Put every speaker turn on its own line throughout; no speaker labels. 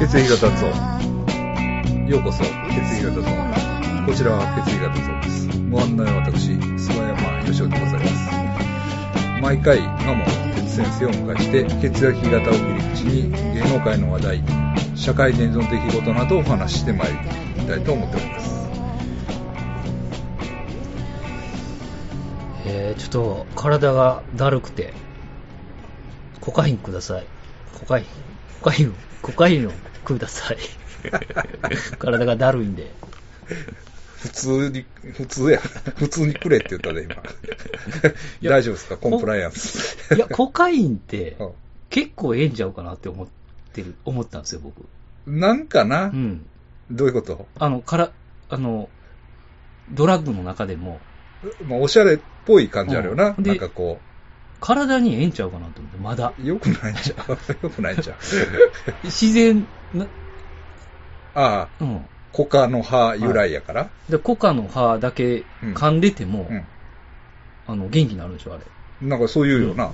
血液型達夫ようこそ血液型達夫こちらは血液型達夫ですご案内は私諏訪山義雄でございます毎回天野哲先生をお迎えして血液型を切り口に芸能界の話題社会現存的ことなどをお話ししてまいりたいと思っております
えー、ちょっと体がだるくて、コカインください。コカイン、コカイン、コカインをく ださい。体がだるいんで。
普通に普通 や普通にくれって言ったで今
や
大丈夫ですかコンプライアンス
いや、コカインって
うん
結構ええんちゃうかなって思ってる、思ったんですよ、僕。
なんかな、
うん。
どういうこと
あの、から、あの、ドラッグの中でも、
まあ、おしゃれっぽい感じあるよな。
うんで
なんかこ
体にええんちゃうかなと思って、まだ。
う、よくないんちゃう よくないんちゃう
自然な、
ああ、
うん。
コカの葉由来やから。
で、コカの葉だけ噛んでても、
う
あの、元気になるんでしょ、あれ。
ん。なんかそういうよな。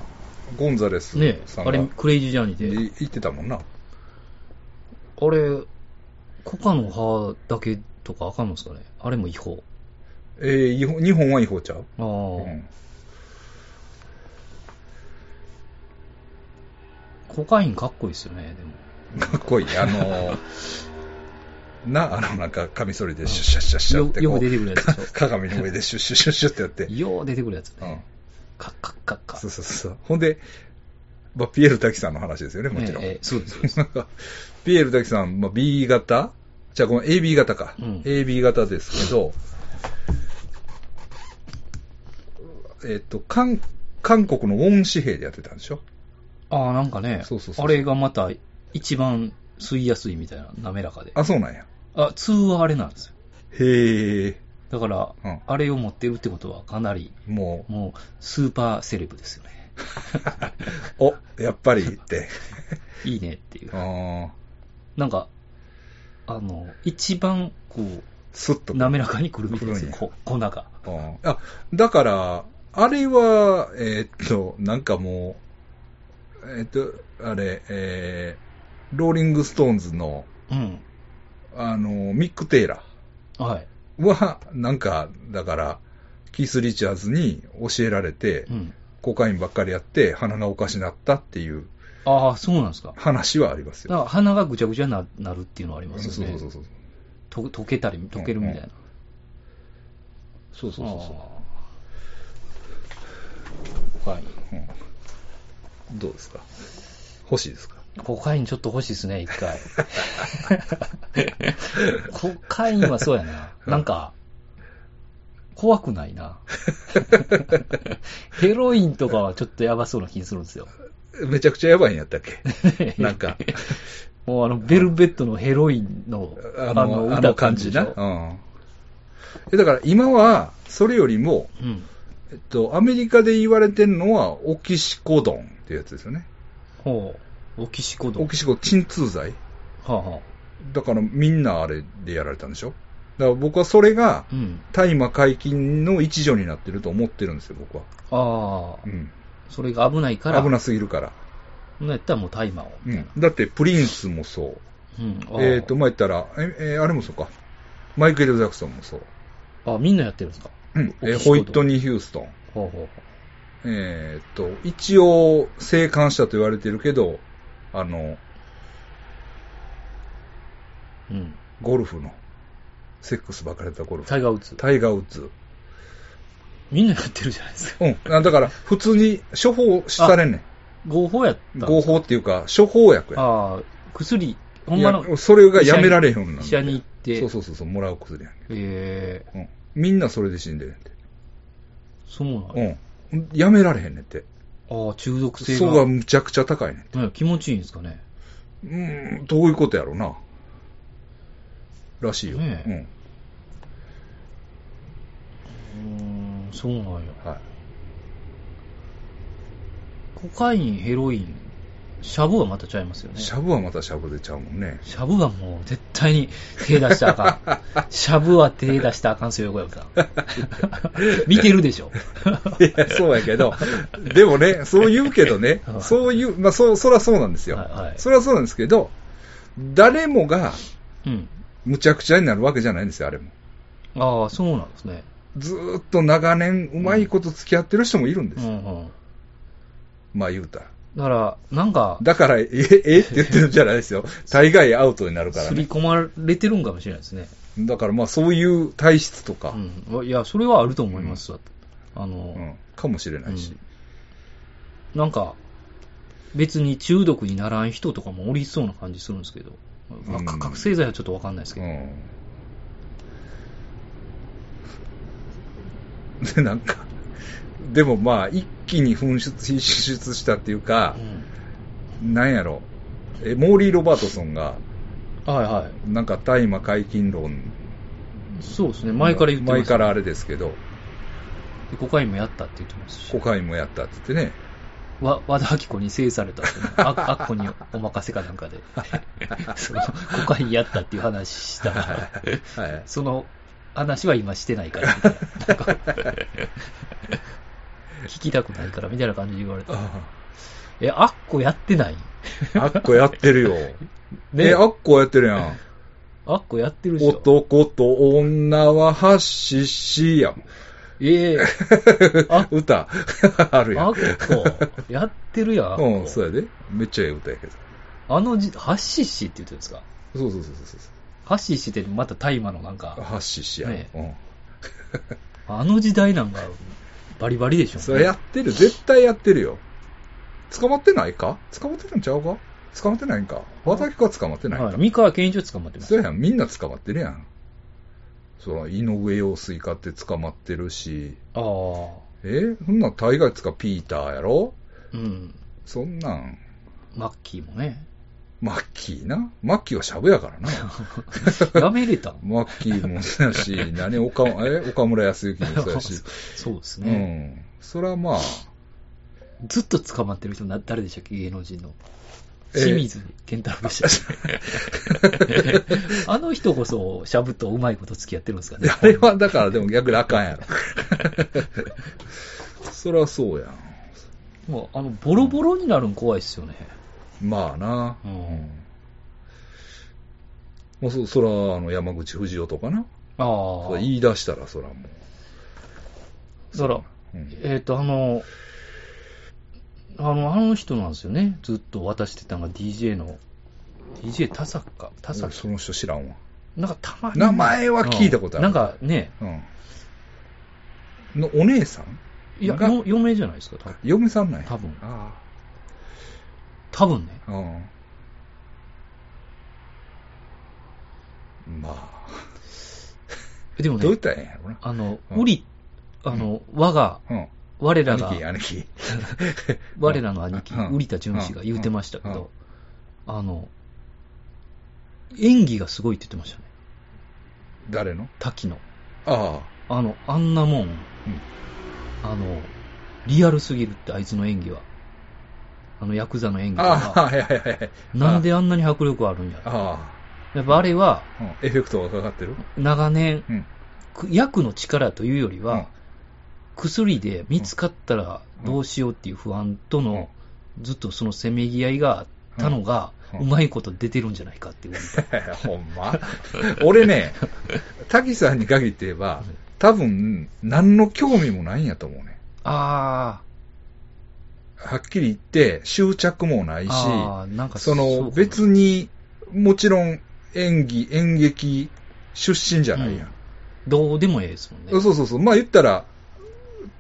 ゴンザレス
ね
さん
あ
が、
れ、クレイジージャーニーで。
い言ってたもんな。
あれ、コカの葉だけとかあかんのですかねあれも違法。
えー、違法日本は違法ちゃう、
ああ、
うん、
コカインかっこいいですよね、でも。
かっこいい。あのーな、あの、なんか、カミソリでシュッシュッシュッシュッって
よ
こ
よく
う
出てくるやつでしょ
鏡の上でシュッシュッシュッシュッってやって。
よう出てくるやつ
う
ね。
ん。
カッカッカッカ
そうそうそう。ほんで、まあ、ピエール滝さんの話ですよね、もちろん。
ええええそうです、そうです。
なんか、ピエール滝さん、まあ、B 型じゃあ、この AB 型か。
うん
AB 型ですけど、えっと、韓、韓国のウォン紙幣でやってたんでしょ
ああ、なんかね、
そうそうそう
あれがまた一番吸いやすいみたいな、滑らかで。
あ、そうなんや。
あ、通はあれなんですよ。
へえ、
だから、
うん
あれを持ってるってことはかなり、
もう、
もう、スーパーセレブですよね。
お、やっぱりって。
いいねっていう
う。ん、
なんか、あの、一番、こう、
すっと。
滑らかにくるみたいですよ、
く
こ粉が。
うんあ、だから、あれは、えーっと、なんかもう、えーっと、あれ、えー、ローリングストーンズの、
うん。
あの、ミック・テイラ
はい。
ーは、なんか、だから、キース・リチャーズに教えられて、
うん。
コカインばっかりやって、鼻がおかしなったっていう
ああ、そうなんですか。
話はあります
な
よ。
んか鼻がぐちゃぐちゃにななるっていうのはあります
そうそ
よね。
うそうそう。
と溶けたり、溶けるみたいな。
そうそうそうそう
ああコカイン。
うんどうですか欲しいですか
コカインちょっと欲しいですね、一 回。コカインはそうやな。なんか、怖くな いな。ヘロインとかはちょっとやばそうな気するんですよ。
めちゃくちゃやばいんやったっけなんか、
もうあの、ベルベットのヘロインの、
あの、あの感じな。
でし
う
ょ
ん。えだから今は、それよりも、
うん。
えっと、アメリカで言われてるのは、オキシコドンっていうやつですよね。
ほう。オキシコドン。
オキシコ、鎮痛剤。
はあ、は
だからみんなあれでやられたんでしょだから僕はそれが
あ、、うん。
大麻解禁の一助になってると思ってるんですよ、僕は。
ああ
う、ん。
それが危ないから、
危なすぎるから。
そんなんやったらもう大麻を、
う
みたい
ん
な。。
だって、プリンスもそう。
うん。ああ
えっ、と、前言ったら、え、えーあれもそうか。マイケル・ジャクソンもそう。
あ、みんなやってるんですか
うん。えー
オキシコドン
ホイットニー・ヒューストン。
ほうほうほう。
えーっと、一応、生還したと言われてるけど、あの、
うん。
ゴルフの、セックスばっかりやったゴルフ。
タイガー・ウッズ。
タイガー・ウッズ。
みんなやってるじゃないですか。
うん。あだから、普通に処方されんね
合法やった
ん。合法っていうか、処方薬や。
ああ、薬、ほんまの
いやそれがやめられへんようにな
医
る
者に行って、
そうそうそうそう、もらう薬やね
ええ
ん。うん。みんなそれで死んでる
そうなの、
ねんて。うん。やめられへんねんって。
ああ、中毒性
そこ
が
が、むちゃくちゃ高いねん。
ね、気持ちいいんですかね。
うーん、どういうことやろうな。らしいよ。
ね
うん。
うーん、そうなんや。
はい。
コカイン、ヘロイン、シャブはまたちゃいますよね。
しゃぶはまたしゃぶでちゃうもんね。
シャブはもう絶対に手出したらあかん。 シャブは手出したらあかんすよ、横山さん。 見てるでしょ。
いや、そうやけど、でもね、そう言うけどね
は、い
そういう、まあ、そう、そらそうなんですよ。
はいはい
そらそうなんですけど、誰もが
うん。
むちゃくちゃになるわけじゃないんですよ、あれも。
ああ、そうなんですね。
ずーっと長年、うまいこと付き合ってる人もいるんで
う
す。
んうん。
まあ言うたら。
だから、なんか、
だから、え、 えって言ってるんじゃないですよ。大概アウトになるから
刷り
ね。
込まれてるんかもしれないですね。
だからまあそういう体質とか、
うん。いや、それはあると思います。あの、
うんかもしれないし。
なんか、別に中毒にならん人とかもおりそうな感じするんですけど、まあ
うん
覚醒剤はちょっとわかんないですけど、
うん で、なんか、でもまあ、一気に噴出、噴出したっていうか、なんやろ、えモーリー・ロバートソンが、
うんはいは
なんか大麻解禁論、
い、そうですね、前から言ってます、
前からあれですけど、
でコカインもやったって言ってますし
コ、カインもやったって言ってね、
わ和田アキ子に制されたってね、あ あっこにお任せかなんかで、 そのコカインやったっていう話 したら、
はい、
その話は今してないからみたいな、なんか聞きたくないからみたいな感じで言われた。え、あっこやってない
あっこやってるよ。
ね
え、あっこやってるやん。
あっこやってるでしょ。
男と女はハッシッシやん。
ええあ
歌、 あるや
あ
ん
っ。こ、やってるやん。あっこ
うん、そうやで。めっちゃええ歌やけど。
あのじ、ハッシッシって言ってるんですか
そうそうそうそうそう。
ハッシッシってまた大麻のなんか、
ハッシッシや、
ね
うん。
あの時代なんか、バリバリでしょ、
それやってる、絶対やってるよ。捕まってないか捕まってるんちゃうか捕まってないんか私は捕まってないんか、
はい。三河健一を捕まってます。
そうやん、みんな捕まってるやん。そら、井上陽水かって捕まってるし、
ああ。
えそんなん大概つかピーターやろ
うん。
そんなん、
マッキーもね。
マッキーな。マッキーはシャブや からな。
やめれたん
マッキーもそうやし、何、岡、え岡村康之もそうやし。
そうです
う
ね、
ん。そらまあ、
ずっと捕まってる人な、誰でしたっけ芸能人の。
ええ
清水健太郎でしたっ けあの人こそ、シャブとうまいこと付き合ってるんですかね。
あれはだからでも逆にあかんやろ。 そりゃそうやん。
もう、あの、ボロボロになるん怖いっすよね。
まあな。
うん
もうそそら、あの、山口不二夫とかな。
あ
そ
あ。
ら言い出したらそらも
だから、
う。うん
えっ、と、あの、あの、あの人なんですよね。ずっと渡してたのが DJ の、DJ 田坂、田
俺
坂。
その人知らんわ。
なんかたまに。
名前は聞いたことある
うんなんかね、
うん。のお姉さん
いや、
が
よ余命じゃないですか、多分。
嫁さんなんや。
多分
あ
多分ね。
あ。うん。まあ、
えでも
どうい
ね
っ、たらええんやろな。
あの、
うん
ウリ、あの、我が、
うん。
我らが
兄貴、、兄貴。
我らの兄貴、
うん
瓜田淳氏が言うてました
う
け
んうん
ど、あの、演技がすごいって言ってましたね。
誰の
滝の。
ああ。
あの、あんなもん、あの、リアルすぎるって、あいつの演技は。あの、ヤクザの演技と
ああ、
か。
はいはいはい。
なんであんなに迫力あるんやろ。
あ
やっぱあれは、
あ、うんエフェクトがかかってる
長年、
うん。
く薬の力というより
うん
は、薬で見つかったらどうしようっていう不安との、ずっとそのせめぎ合いがあったのが、
うんう
うんまいこと出てるんじゃないかっていう。
ほんま俺ね、滝さんに限って言えば、多分、何の興味もないんやと思うね。
あ
はっきり言って、執着もな
ー
いし、
あー、なんか
そう
か
の、
も
別に、もちろん、演技、演劇出身じゃないやん。
どうでもええですもんね。
そうそうそう。まあ言ったら、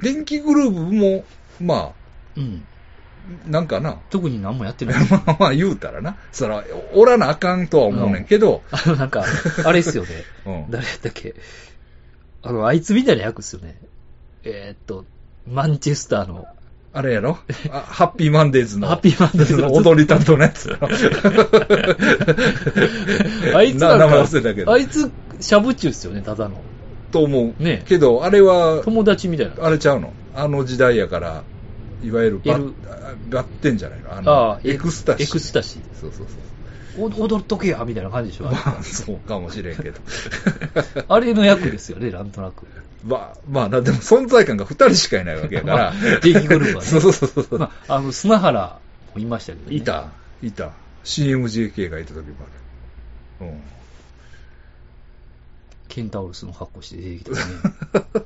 電気グルーブも、ま
うん。
あ、なんかな、
特に何もやってない。
まあまあ言うたらな、そら、おらなあかんとは思うねんけど、
あの、なんか、あれっすよね。
うん
誰やったっけあの、あいつみたいな役っすよね。えーっと、マンチェスターの、
あれやろあハッピーマンデーズの。
ハッピーマンデーズの
踊り担当のや つ。
あいつ
な
なん
名
か
前忘れたけど
あ。いつ、シャブチューっすよね、ただの。
と思う。
ねえ
けど、あれは、
友達みたいな。
あれちゃうのあの時代やから、いわゆるバ
いる
ッ、バッテンじゃないのあの
ああ
エクスタシー。
エクスタシー
そうそうそう。
お踊っとけや、みたいな感じでし ょ。
まあ、そうかもしれんけど。
あれの役ですよね、なんとなく。
まあ、まあな、でも存在感が二人しかいないわけやか
ま
ら
あ。、電気グループは ね。
そうそうそうそう。
まあ、あの、砂原もいましたけどね。
い。た、いた。CMJK がいた時もある。うん。
ケンタウロスの格好して出て きたね。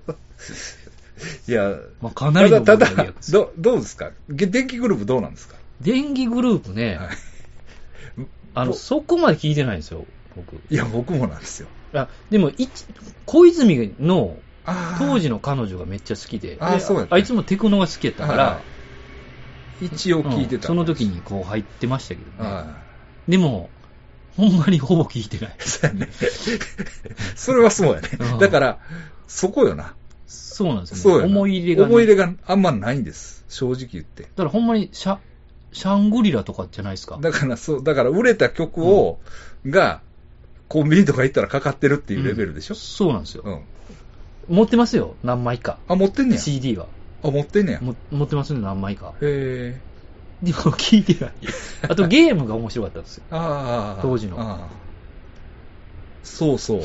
いや、
まあ、かなりの
ただ、た
問題
だ
役、です
ど、どうですかげ電気グループどうなんですか
電気グループね、
はい
あの、
ぼ
そこまで聞いてないんですよ、僕。
いや、僕もなんですよ。
あでも、一小泉の
あー
当時の彼女がめっちゃ好きで、
あー
で
そうやった
あいつもテクノが好きやったから、
は一応聞いて
うん
た。
その時にこう入ってましたけどね。
はい。
でも、ほんまにほぼ聞いてない。
そうやね。それはそうやね
うん。
だから、そこよな。
そうなんです
そう
よ
よ
ね。
な。
思い入れが、ね。
思い入れがあんまないんです。正直言って。
だからほんまにシャ、シャングリラとかじゃないですか。
だから、そう、だから売れた曲を、が、コンビニとか行ったらかかってるっていうレベルでしょ、
そうなんですよ
う。ん、
持ってますよ、何枚か。
あ、持ってんねや。
CD は。
あ、持ってんねや。へ
も持ってますね、何枚か。
え。
でも聞いてない。あとゲームが面白かったんですよ。
ああ。
当時の
ああそうそう。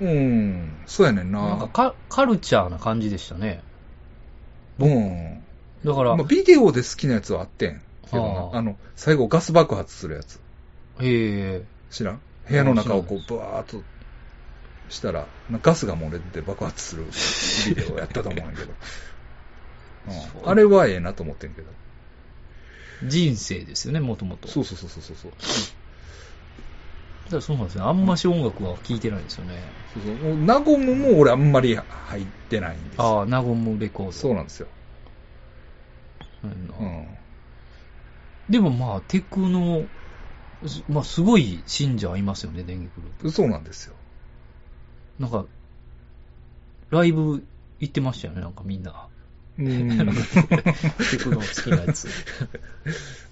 うん、そうやねんな。
なんかカカルチャーな感じでしたね。
うん。
だから、
まあ、ビデオで好きなやつはあってん。けどな
はあ
あの、最後ガス爆発するやつ。
ええ
知らん部屋の中をこ
知
う、バーっとしたら、なガスが漏れて爆発するビデオやったと思うんや けど。
そう
うん、あれはええなと思ってんけど。
人生ですよね、もともと。
そうそうそうそうそうそう。
だからそうなんですね。あんまし音楽は聞いてないんですよね。
そうそうもうナゴムも俺あんまり入ってないんですよ。
ああ、ナゴムレコード。
そうなんですよ。
うん
うん。
でもまあ、テクノ、すまあ、すごい信者いますよね、電撃グルー
そうなんですよ。
プ。なんか、ライブ行ってましたよね、なんかみんな。
うん
テクノ好きな やつ。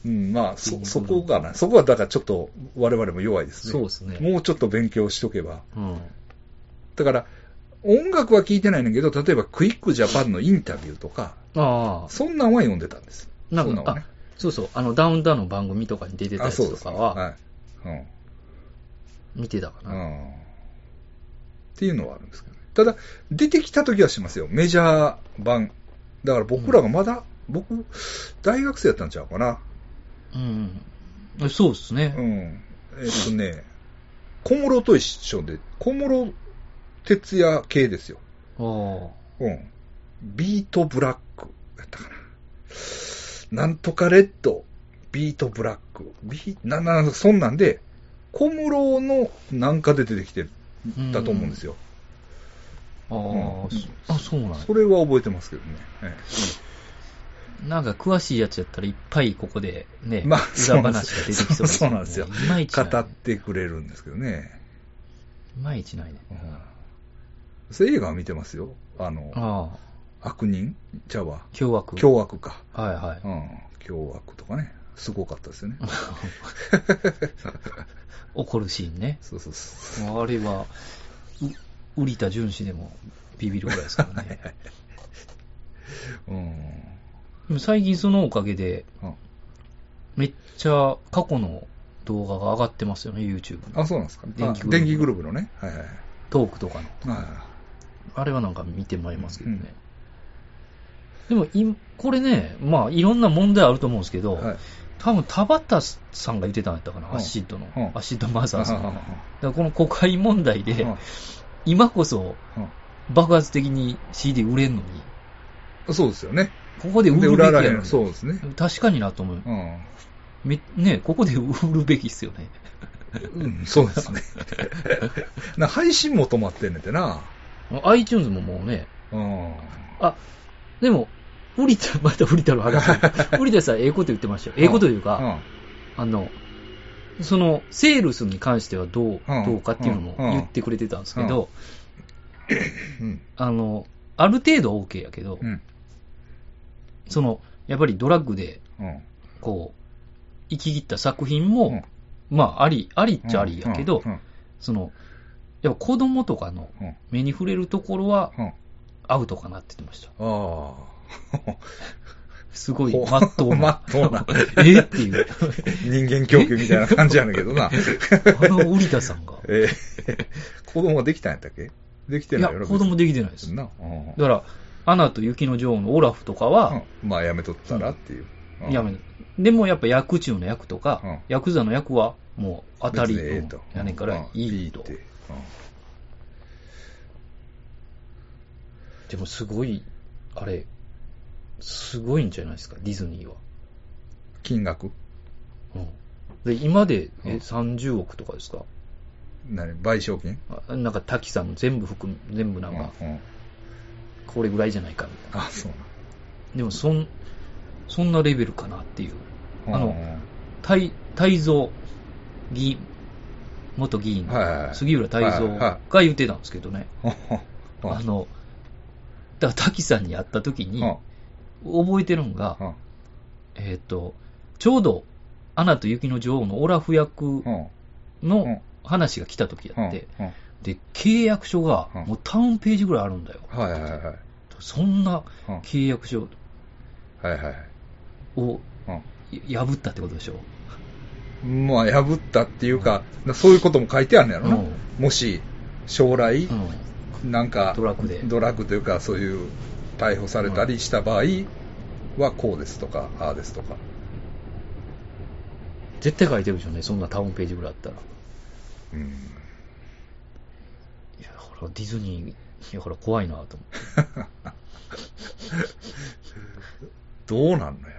うん、まあ、そ、そこがな、そこはだからちょっと我々も弱いですね。
そうですね。
もうちょっと勉強しとけば。
うん。
だから、音楽は聞いてないねんだけど、例えばクイックジャパンのインタビューとか、
ああ、
そんなんは読んでたんです。
なんか
そんはね
そうそう、あの、ダウンタウンの番組とかに出てたや
あ、そう
つ
で
と
す
かは、
い。うん。
見てたか
う
な。
ん。っていうのはあるんですけどね。ただ、出てきた時はしますよ。メジャー版。だから僕らがまだ、僕、大学生やったんちゃうかな。
うん。えそうですね。
うん。えっとね、小室と一緒で、小室哲也系ですよ。
あ
うん。ビートブラックやったかな。なんとかレッド、ビートブラック、ビーな、な、そんなんで、小室のなんかで出てきてたと思うんですよ。
あ。ああ、
うん
そあ、そうなんや
それは覚えてますけどね。え
なんか詳しいやつやったらいっぱいここでね、
まあ
裏話が出てきそうです
そうなんですよ
いまい
え
ちない、
語ってくれるんですけどね。
いまいちないね。
うんそれ映画は見てますよ。あの、
ああ、
悪人じゃあわ。
凶悪。
凶悪か。
はいはい。
うん。凶悪とかね。すごかったですよね。
怒るシーンね。
そうそうそう。
あれは、う瓜田淳氏でもビビるぐらいですからね。
うん。
でも最近そのおかげで、
うん
めっちゃ過去の動画が上がってますよね、YouTube の。
あ、そうなんですか。
電
電気
気グループ
電気グループのね。はいはいはい。
トークとかの。
あ
あれはなんか見てまいりますけどね。
うん
でもい、これね、まあ、いろんな問題あると思うんですけ
あ
ど、
はい。
多分田畑さんが言ってたんやったかな、
うん
アシッドの、
うん
アシッドマザーズの。だか
あ
らこの国会問題で、今こそ爆発的に CD 売れんのに、
あそうですよね。
ここで売
で、
る
売
べきや
ら
ろ
れへん。そうですね。
確かになと思う。
うん。
めね、ここで売るべきっすよね。
うん、そうです ね。な配信も止まってんねんてな。
iTunes ももうね、
うん。
あ、でも、降りた、 また降りたの話。 降りたさん、ええこと言ってましたよ。ええことというか、あの、その、セールスに関してはどう、
うん
どうかっていうのも
うん
言ってくれてたんですけど、
うん。
あの、ある程度 OK やけど、
うん。
その、やっぱりドラッグで、
うん。
こう、生き切った作品も、
うん
まあ、あり、あり
う
っ
ん
ちゃありやけど、
うん。
その、やっぱ子供とかの
うん
目に触れるところは
うん。
アウトかなって言ってました。
ああ。
すごい、
ほ
まっとうな。
ま っとうな
えっていう。
人間供給みたいな感じやねんけ どな。
あの、ウリタさ んが。
えー、子供できたんやったっけできて
いや
ないよ、な
子供できてないで
別
す。
に
だ
な。うん
から、アナと雪の女王のオラフとかは、
うんまあ、やめとったらっていう。うん
やめ、でもやっぱ役中の役とか、
うん
ヤクザの役はもう当たり
別にええと
うんやねんから
うん
いいと
って。うん
でもすごい、あれ、すごいんじゃないですか、ディズニーは。
金額
うん、で今で、え
うん
30億とかですか
何賠償金
あなんか滝さんの全部含む、全部なんか、
うんうん
これぐらいじゃないかみたいな。
あ、そう
でもそん、そんなレベルかなっていう。
な。
あの泰泰造議員、元議員
はいはいは
の
い
杉浦泰造が言ってたんですけどね、
うん、
あの、だから滝さんに会った時に
うん、
覚えてるのが
う、ん
えっ、と、ちょうど、アナと雪の女王のオラフ役
うん
の話が来た時やって、
うんうん
で、契約書が
うん
もうタウンページぐらいあるんだよ。
はいはいはい。
そんな
うん
契約書
はいはいはい
を
うん
破ったってことでしょ。
まあ、破ったっていうか、なそういうことも書いてあるんやろな。
うん
もし、将来、
う
なんか、
ドラッグで
ドラッグというか、そういう、逮捕されたりした場合は、こうですとか、ああですとか。
ん絶対書いてるでしょうね、そんなタウンページぐらいあったら。
うん。
いや、ほら、ディズニー、いや、ほら、怖いなと思って。
どうなんのや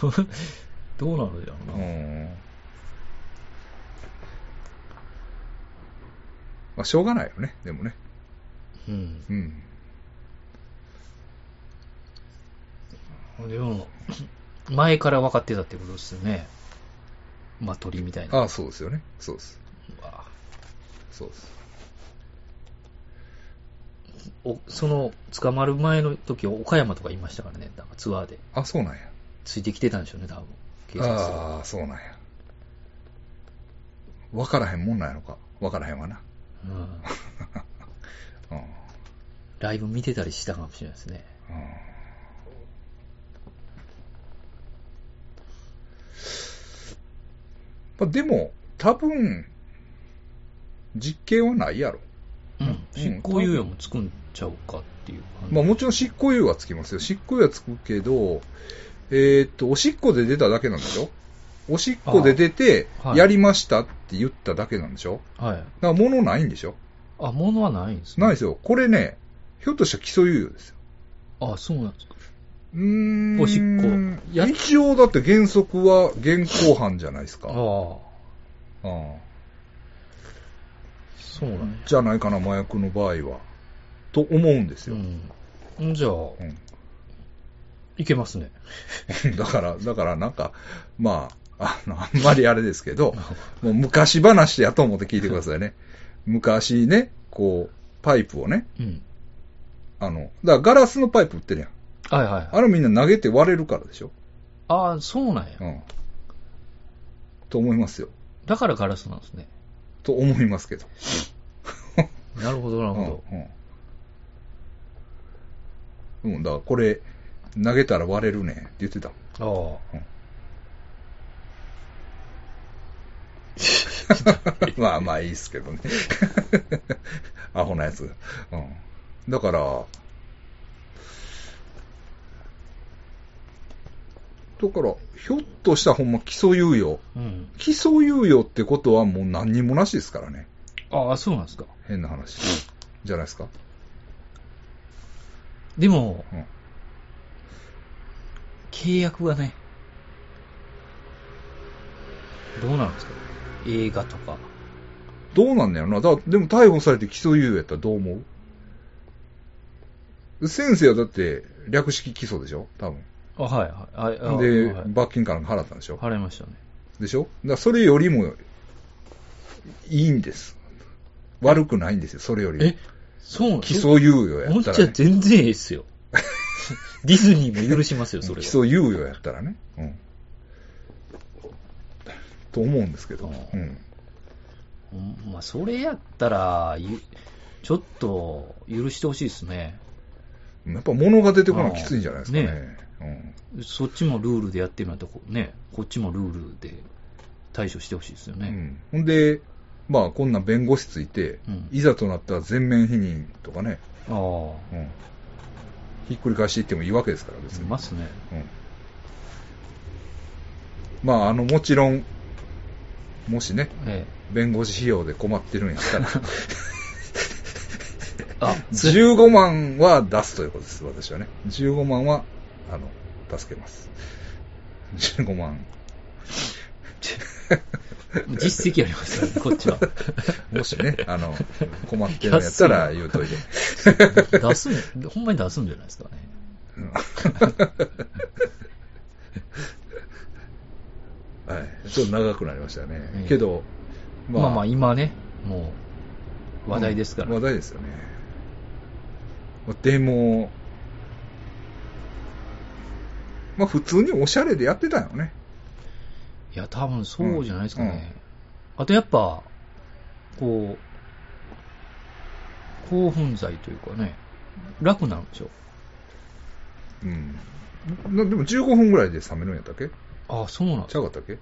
どう、 どうなるやろ
ろ。
な。
うん。まあ、しょうがないよね、でもね。
うん。
うん。
でも、前から分かってたってことですよね。まあ、鳥みたいな。
ああ、そうですよね。そうです。
うわ
そうです。
おその、捕まる前の時、岡山とかいましたからね、なんかツアーで。
あ、そうなんや。
ついてきてたんでしょうね、多分。警察が。
ああ、そうなんや。わからへんもんなんやろか。わからへんわな。
うん。
うん。うん
ライブ見てたりしたかもしれないですね。
まあ、でも、多分、実刑はないやろ。
うん。執行猶予もつくんちゃうかっていう感じ。
まあもちろん執行猶予はつきますよ。執行猶予はつくけど、えーっと、おしっこで出ただけなんでしょおしっこで出て
あー、はい
やりましたって言っただけなんでしょ、
は
だ
い。
から物ないんでしょ
あ、物はないんですね。
ないですよ。これね、ひょっとしたら基礎猶予ですよ。
あ、そうなんですか。
うーん。
おしっこや
一応だって原則は現行犯じゃないです
あ
か。
あ。
ああ
そうなんや。
じゃないかな、麻薬の場合は。と思うんですよ。
うん。じゃあ、
うん
いけますね。
だから、だからなんか、まあ、あの、あんまりあれですけ ど、もう昔話やと思って聞いてくださいね。昔ね、こう、パイプをね、
うん。
あの、だからガラスのパイプ売ってるやん。
はいはいはい。
あれみんな投げて割れるからでしょ。
ああ、そうなんや。
うん。と思いますよ。
だからガラスなんですね。
と思いますけど。
なるほど、なるほど。
うん、うん。うん、だからこれ、投げたら割れるねって言ってた。
ああ。
まあまあいいっすけどね。 アホなやつ。うん。だから、だから、ひょっとしたらほんま基礎猶予。
うん。
基礎猶予ってことはもう何にもなしですからね。
ああ、そうなんですか。
変な話。じゃないですか。
でも、
うん
契約がね、どうなんですか映画とか。
どうなんだよな。だでも逮捕されて起訴猶予やったらどう思う先生はだって、略式起訴でしょ多分。
あ、はい、はい。ああ
で、
はい
罰金から払ったんでしょ
晴れましたね。
でしょだからそれよりも、いいんです。悪くないんですよ、それよりも。
え、そうなん
起訴猶予や
も
っ
んじ
た
ゃ
ら、ね。
全然いい っすよ。ディズニーも許しますよ、それは。
起訴猶予やったらね。うん。と思うんですけど。
あ
う
ー
ん。
うんまあ、それやったら、ゆちょっと許してほしいですね。
やっぱ物が出てこないきついんじゃないですかね。
そっちもルールでやってるんだとこ、ね、こっちもルールで対処してほしいですよ
うん。う
ね。
ん。ほんで、まあ、こんな弁護士ついて、
うん
いざとなったら全面否認とかね、
ああ、
うん。ひっくり返していってもいいわけですから、別
い
に。
ますね。
うん。まあ、あの、もちろん、もしね、
え
弁護士費用で困ってるんやった ら、
え。あ、つ
15万は出すということです、私はね。15万は、あの、助けます。15万。
実績あります からね、こっちは。
もし ね、あの、困ってるんやったら言うといて。
出すん、ほんまに出すんじゃないですかね。
はい。ちょっと長くなりましたね。
ええ
けど、
まあ、まあ今ね、もう話題ですから。
うん話題ですよね。まあでも、まあ普通におしゃれでやってたよね。
いや、多分そうじゃないですかね。あとやっぱ、こう、興奮剤というかね、楽なんでしょ。
うん。なでも15分ぐらいで冷めるんやったっけ
ああ、そうなんです
ちゃうかったっけ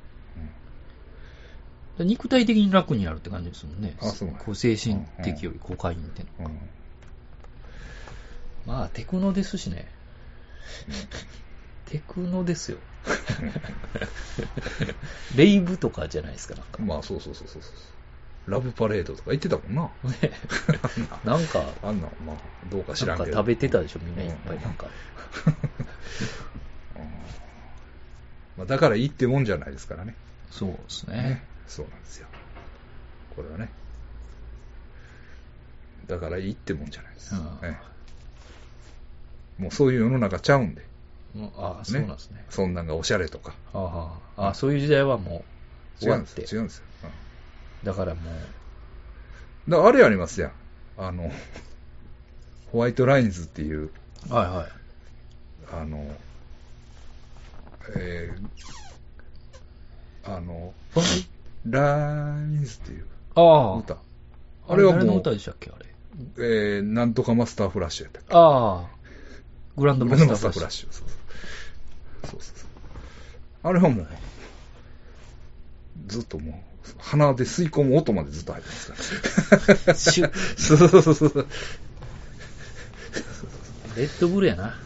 で肉体的に楽になるって感じですもんね。
あそうなんや
こう精神的よりコカインっての。
うん。
まあ、テクノですしね。テクノです よ。レイブとかじゃないですか、なんか。
まあそうそうそうそうそう。ラブパレードとか言ってたも んな。
ねなんか、
あんな、まあ、どうか知
な
ら
ん
んけ
か
ど。
食べてたでしょ、みんないっぱ
う
い。
ん
なんか。
まあ、だからいいってもんじゃないですからね。
そうです
ね
ね。。
そうなんですよ。これはね。だからいいってもんじゃないです。
うん
ええもうそういう世の中ちゃうんで。
もうああ、そうなんですね。
そんなんがおしゃれとか。
ああ、ああそういう時代はもう
違
終
う
わ
ん
っ
です
て
よ。。違うんですよ。うん
だからも
だからあれありますやん。あの、ホワイトラインズっていう、
う、はいはい。
あの、えー、あの、ホワイトラインズっていう
あ
歌。
あ、
あれはもう
誰の歌でしたっけ、あれ。
えー、なんとかマスターフラッシュやったっけ
ああ、グランドマ
俺のマ
ス
ス
タ
ター
ーフ
フ
ラ
ラ
ッ
ッ
シ
シュ。そうそうそうそうそうあれはもう、ずっともう、鼻で吸い込む音までずっと入ってますから。
ュ。シ ュ
そうそうそうそう。
レッドブルやな。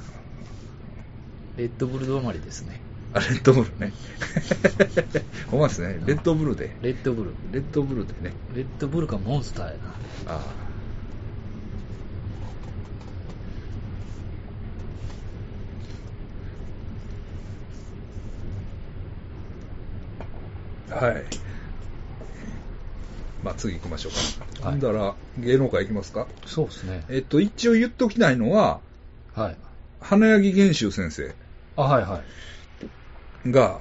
レッドブル止まりですね。
あ、レッドブルね。 ほんまですね。レッドブルで。
レッドブル。
レッドブルでね。
レッドブルかモンスターやな。
ああ。はい。まあ次行きましょうか。
はい
だから、芸能界行きますか。
そうですね。
えっと、一応言っときたいのは、
はい。
花柳玄秀先生
あ、はいはい。
が、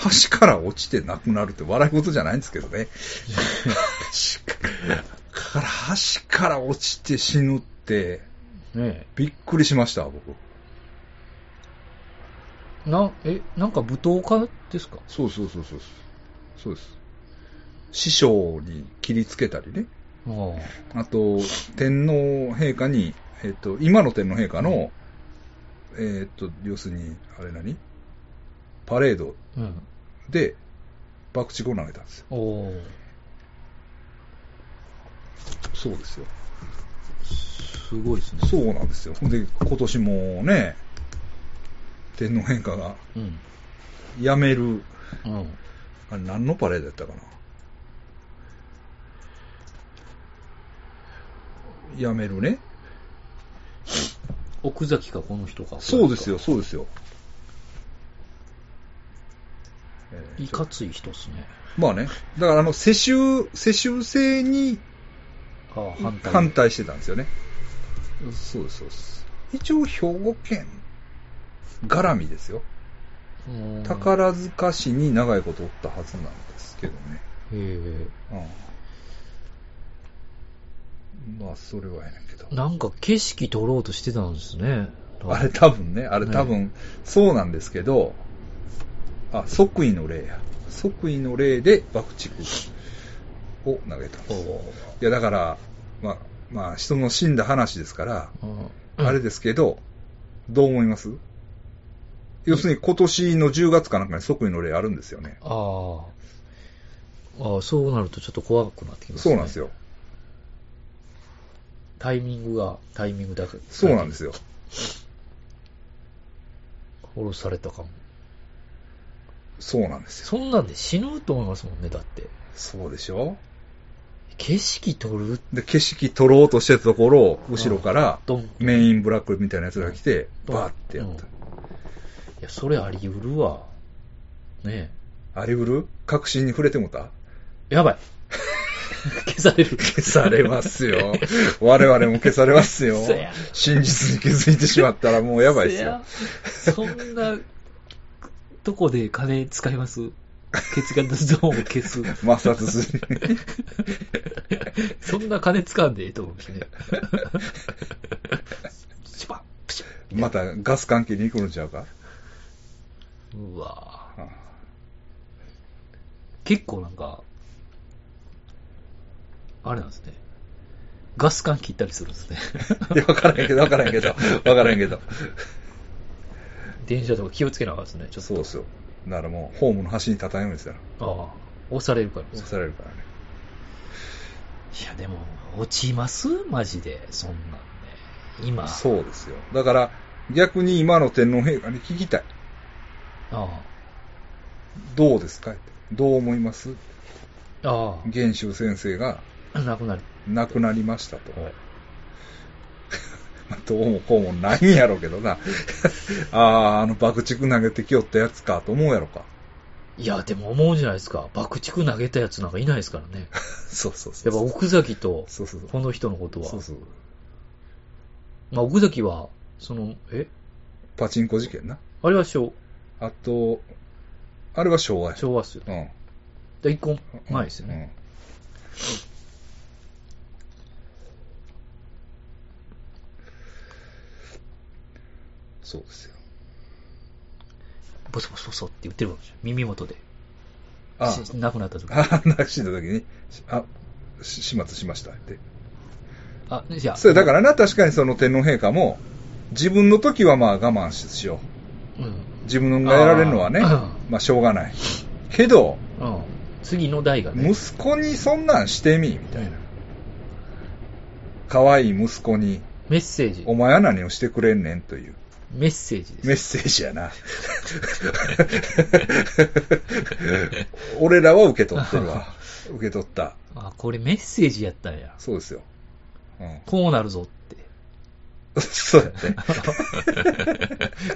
橋から落ちて亡くなるって笑い事じゃないんですけど ね。橋から、橋から落ちて死ぬって、
ね
びっくりしました、僕。
え。な、え、なんか舞踏家ですか
そうそうそうそう。そうです。師匠に切りつけたりね。
ああ。
あと、天皇陛下に、えっと、今の天皇陛下の、えっと、要するに、あれ何パレード
うん。
で、爆竹を投げたんですよ。
おお。
そうですよ。
すごいですね。
そうなんですよ。で、今年もね、天皇陛下が
うん。
辞める、
うん。
あれ何のパレードやったかな。辞めるね。
奥崎かこの人か。
そうですよ、。そうですよ。えー
いかつい人っすね。
まあね、だからあの世襲、世襲制に
ああ、反対。
反対してたんですよね。そうです、そうです。一応、兵庫県絡みですよ。
うん
宝塚市に長いことおったはずなんですけどね。
ええ
うん、まあ、それはやねんけど。
なんか景色撮ろうとしてたんですね。
あれ多分ね、あれ多分、そうなんですけど、あ、即位の礼や。即位の礼で爆竹を投げたん
お
です。い
お。
や、だから、まあ、まあ、人の死んだ話ですから、
うん
あれですけど、どう思います要するに今年の10月かなんかに即位の礼あるんですよね。
ああ。ああ、そうなるとちょっと怖くなってきます
そ
ね。
うなんですよ。
タイミングが、タイミングだけ。。
そうなんですすよ。
殺されたかも。
そうなんですよ。
そんなんで死ぬと思いますもんね、だって。
そうでしょ
景色撮る
で、景色撮ろうとしてたところ、後ろから、
ドン。い
メインブラックみたいなやつが来て、バーってやった。
や、それあり得るわ。ね
ありうる確信に触れてもた
え。 やばい。消される。
消されますよ。 我々も消されますよ
そや。
真実に気づいてしまったらもうやばいですよ。
すよ。そんな、どこで金使いますケツがゾーンを消す。
摩擦する。
そんな金使んでええと思うしね。シュパップシュ
またガス関係に行くのちゃうか
うわ
ああ
結構なんか、あれなんですね。ガス管切ったりするんですね。
いや、わからんけど、わからんけど、わからんけど。
電車とか気をつけなあかんですね。ちょっ
そうですよ。だからもう、ホームの端に立たんようにしたら、
と。ああ。押されるからです
刺されるからね。
いや、でも、落ちますマジで。そんなんね。今。う。
そうですよ。だから、逆に今の天皇陛下に聞きたい。
あ
どうですかってどう思います
あ。あ
元州先生が
あ。なくなる。
亡くなりましたと。
はい
まあどうもこうもないんやろうけど な。ああ、あの爆竹投げてきよったやつかと思うやろか。
いや、でも思うじゃないですか。爆竹投げたやつなんかいないですからね。
そうそうそ
や
う
っぱ奥崎と、
そうそうそう。
この人のことは。
そうそう。
まあ、奥崎は、その、え
パチンコ事件な。
あれは昭
あと、あれは昭和や。
昭和っすよね。
うん。
で一個前ですよね。
うん。そうですよ。
ボソボソボソって言ってるかもしれない。耳元で。
あ
し亡くなった時。
あ、話した時に、しあ、し始末しましたって。
あ、ねじゃあ。
それだからな、確かにその天皇陛下も、自分の時はまあ我慢しよ
うん。
う。自分がやられるのはね、
あー
まあしょうがない。けど、
うん。次の代がね。
息子にそんなんしてみ、みたいな。可愛い息子に、
メッセージ
お。前は何をしてくれんねんという。
メッセージです。
メッセージや な。俺らは受け取ってるわ。受け取った。
あ、これメッセージやったんや。
そうですよ。うん。
こうなるぞって。
そうやね。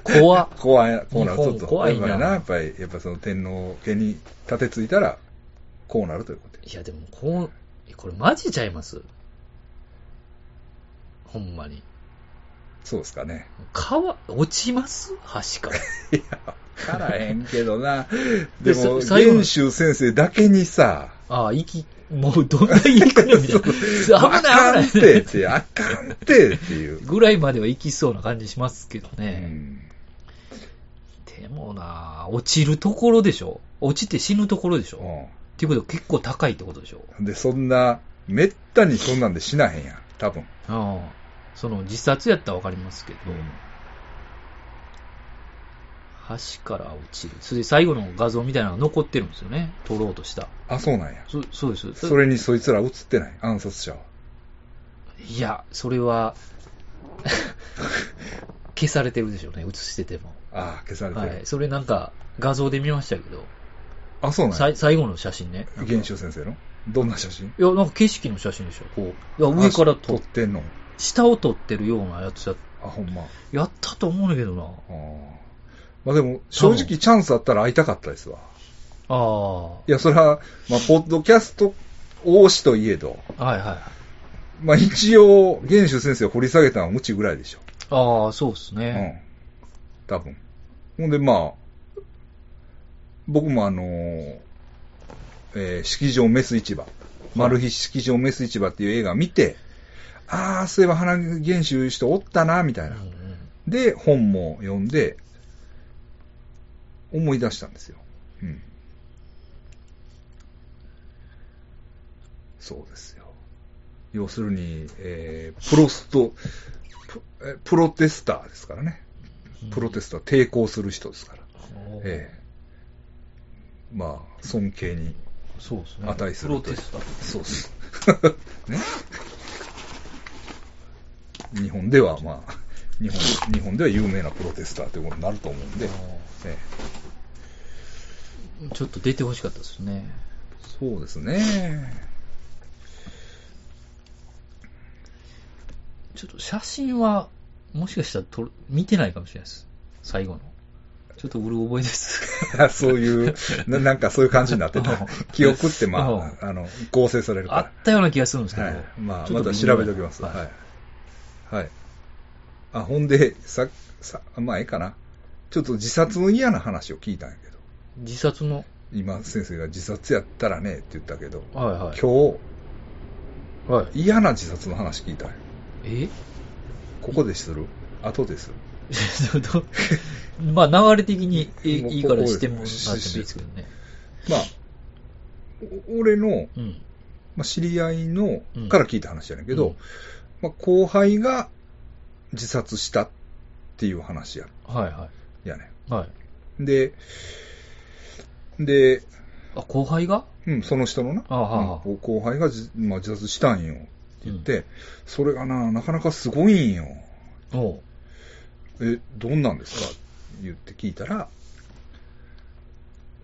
怖っ。
怖い、こうなる
日
と
本怖いな
だからやっぱり、やっぱその天皇家に立てついたら、こうなるということ
いや、でも、こう、えこれマジちゃいますほんまに。
そうですかね。
川、落ちます橋 から。
いや、からへんけどな。 で
で
も、
そ最後の
元州先生だけにさ、
ああ、息、もうどんだけ行くのみたいな。 危
あか
なんい
っ
危な
て
い
っ。て、あかんってっていう。
ぐらいまでは行きそうな感じしますけど
う
ね。
ん
でもな落ちるところでしょ落ちて死ぬところでしょ、っ
うん
ていうことは結構高いってことでしょ
で、そんな、めったにそんなんで死なへんやん、多分。
うん。その、自殺やったらわかりますけど、橋から落ちる。それで最後の画像みたいなのが残ってるんですよね。撮ろうとした。
あ、そうなんや。
そそうです。
それにそいつら映ってない、暗殺者は。
いや、それは、消されてるでしょうね。映してても。
ああ、消されて
は
る。
い。それなんか、画像で見ましたけど、
あ、そうなん
さ
や。
い最後の写真ね。
元首先生のどんな写真
いや、なんか景色の写真でしょ。
こ
いや上から
撮
撮
っ
って
んの。
下を撮ってるようなやつや
あ、ほんま。あ
やったと思うんだけどな。
あ。まあでも、正直チャンスあったら会いたかったですわ。
あ
いや、それは、まあ、ポッドキャスト王子といえど、
あ。はいはい。
まあ一応、元首先生を掘り下げたのは無知ぐらいでしょ。
ああ、そうです
う
ね。
ん。多分。ほんで、まあ、僕もあのーえー式場メス市場、マル秘式場メス市場っていう映画見て、ああ、そういえば花木原集人おったな、みたいな
う。んうん
で、本も読んで、思い出したんですよ。うん。そうですよ。要するに、えープロスト、プえプロテスターですからね。プロテスター、抵抗する人ですから。
おー
ええまあ、尊敬に
そうですね。
値す
プ
る
ロ
とい
テ
う
スタ。
そうっす。 ね。日本では、まあ、日本、日本では有名なプロテスターということになると思うんで。
あー
ええ
ちょっと出てほしかったですね。
そうですね。
ちょっと写真は、もしかしたら撮る見てないかもしれないです。最後の。ちょっとうる覚えです。
そういうな、なんかそういう感じになってた。記憶って、
う
ま
ん
あ、あの、合成される
あ
か
ったような気がするんですけ
ら。
ど。
はい。まあ、
ちょ
ま
っ
た
と微
調
妙
べておきます。は
はい
い。はい。あ、ほんで、さ、さ、まあ、ええかな。ちょっと自殺の嫌な話を聞いたんやけど。
自殺の、
今、先生が自殺やったらね、って言ったけど、
はいはい。
今
はい。
日、嫌な自殺の話聞いたんや
え
ここでする後でする
どうまあ流れ的にえ
もう
いいから
ここ
してもらって
し
もいいですけどね。
まあ、お俺の、
うん。
まあ、知り合いの
うん
から聞いた話やねんけど、
うん
まあ、後輩が自殺したっていう話や
はいは
やね
い。はい。
ん。で、で、
あ、後輩が
うん、その人のな、
あはあはあ
うん後輩がじ、まあ、自殺したんよって言っ
うん
て、それがな、なかなかすごいんよ。
おう
え、どんなんですか言って聞いたら、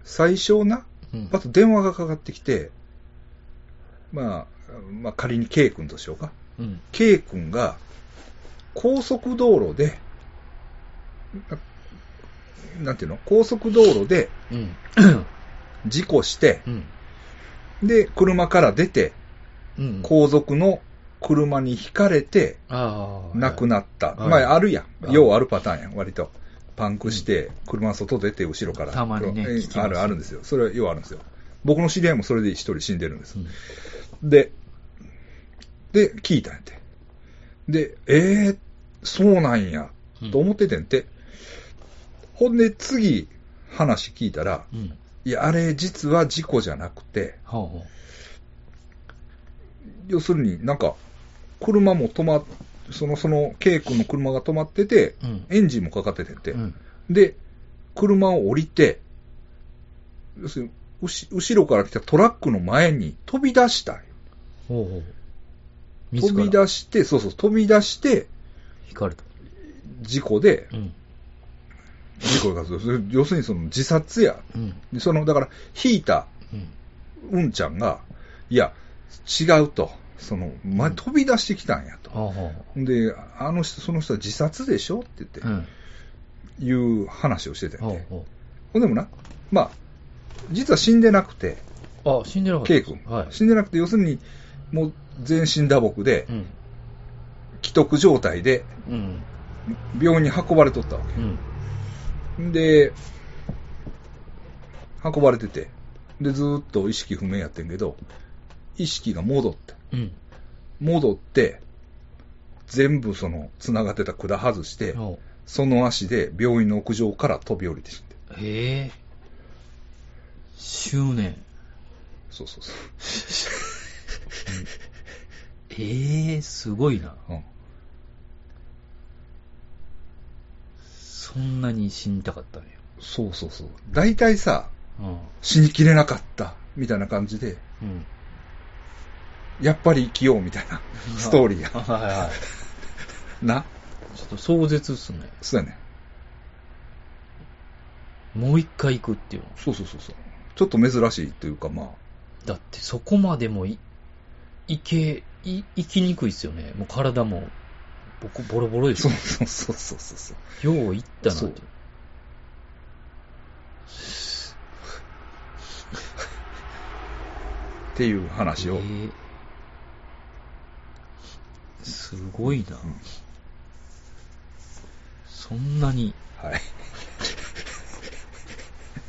最初な、
うん
あと電話がかかってきて、まあ、まあ仮に K 君としようか。
うん。
K 君が高速道路で、ななんていうの高速道路で
うん。
事故して、
うん。
で、車から出て、
うん。
後続の車にひかれて、
ああ。
亡くなった。
はい
まあ、あるや
は
ん。
い
ようあるパターンやん、割と。パンクして、車の外出て、後ろから。
たまにね
うん
聞きます
ある、あるんですよ。それはようあるんですよ。僕の知り合いもそれで一人死んでるんです
う。ん。
で、で、聞いたんやて。で、えー、そうなんや、と思っててんて。ほんで、次、話聞いたら、
うん。
いや、あれ、実は事故じゃなくて、
はあは
要するになんか、車も止まっ、その、その、K 君の車が止まってて、
あ。うん。
エンジンもかかっててんて。
うん。
で、車を降りて、要するに、うし後ろから来たトラックの前に飛び出したんよ。
ほうほう。
飛び
ら
出して、そうそう、飛び出して、
引かれた。
事故で、
うん。
事故が、それ要するにその自殺や。
うん。
その、だから、引いた
うん。
うんちゃんが、いや、違うと。その、前飛び出してきたんやと
は。あは
で、あの人、その人は自殺でしょって言って
あ。う、
い
ん。
う話をしてて、
ほ
ね
う。ほ
ほんでもな、まあ、実は死んでなくて、
う。あ、死んでなかった。
K 君、
はい。
死んでなくて、要するに、もう全身打撲で
う、ん。
既得状態で、
うん。
病院に運ばれとったわ
う
け。
ん。
で、運ばれてて、で、ずーっと意識不明やってんけど、意識が戻って、
うん。
戻って、全部その、繋がってた管外して、
ほ
その足で病院の屋上から飛び降りて死んで。
う。へえ。執念。
そうそうそう。
ええすごいな。
うん
そんなに死にたかったんや。
そうそうそう。大体さ、
うん。
死にきれなかった、みたいな感じで、
うん。
やっぱり生きようみたいなストーリーや。
はいはい。
な、
ちょっと壮絶っすね。
そうやね。
もう一回行くっていうの。
そうそうそうそう。ちょっと珍しいというか、まあ、
だってそこまでもい、いけ、い、生きにくいっすよね。もう体も、ボコボロボロでし
そ
ょ
う。そうそうそうそうそう。
よう行ったなって
そ
いうう。
っていう話を。
えーすごいな。
うん
そんなに、
はい。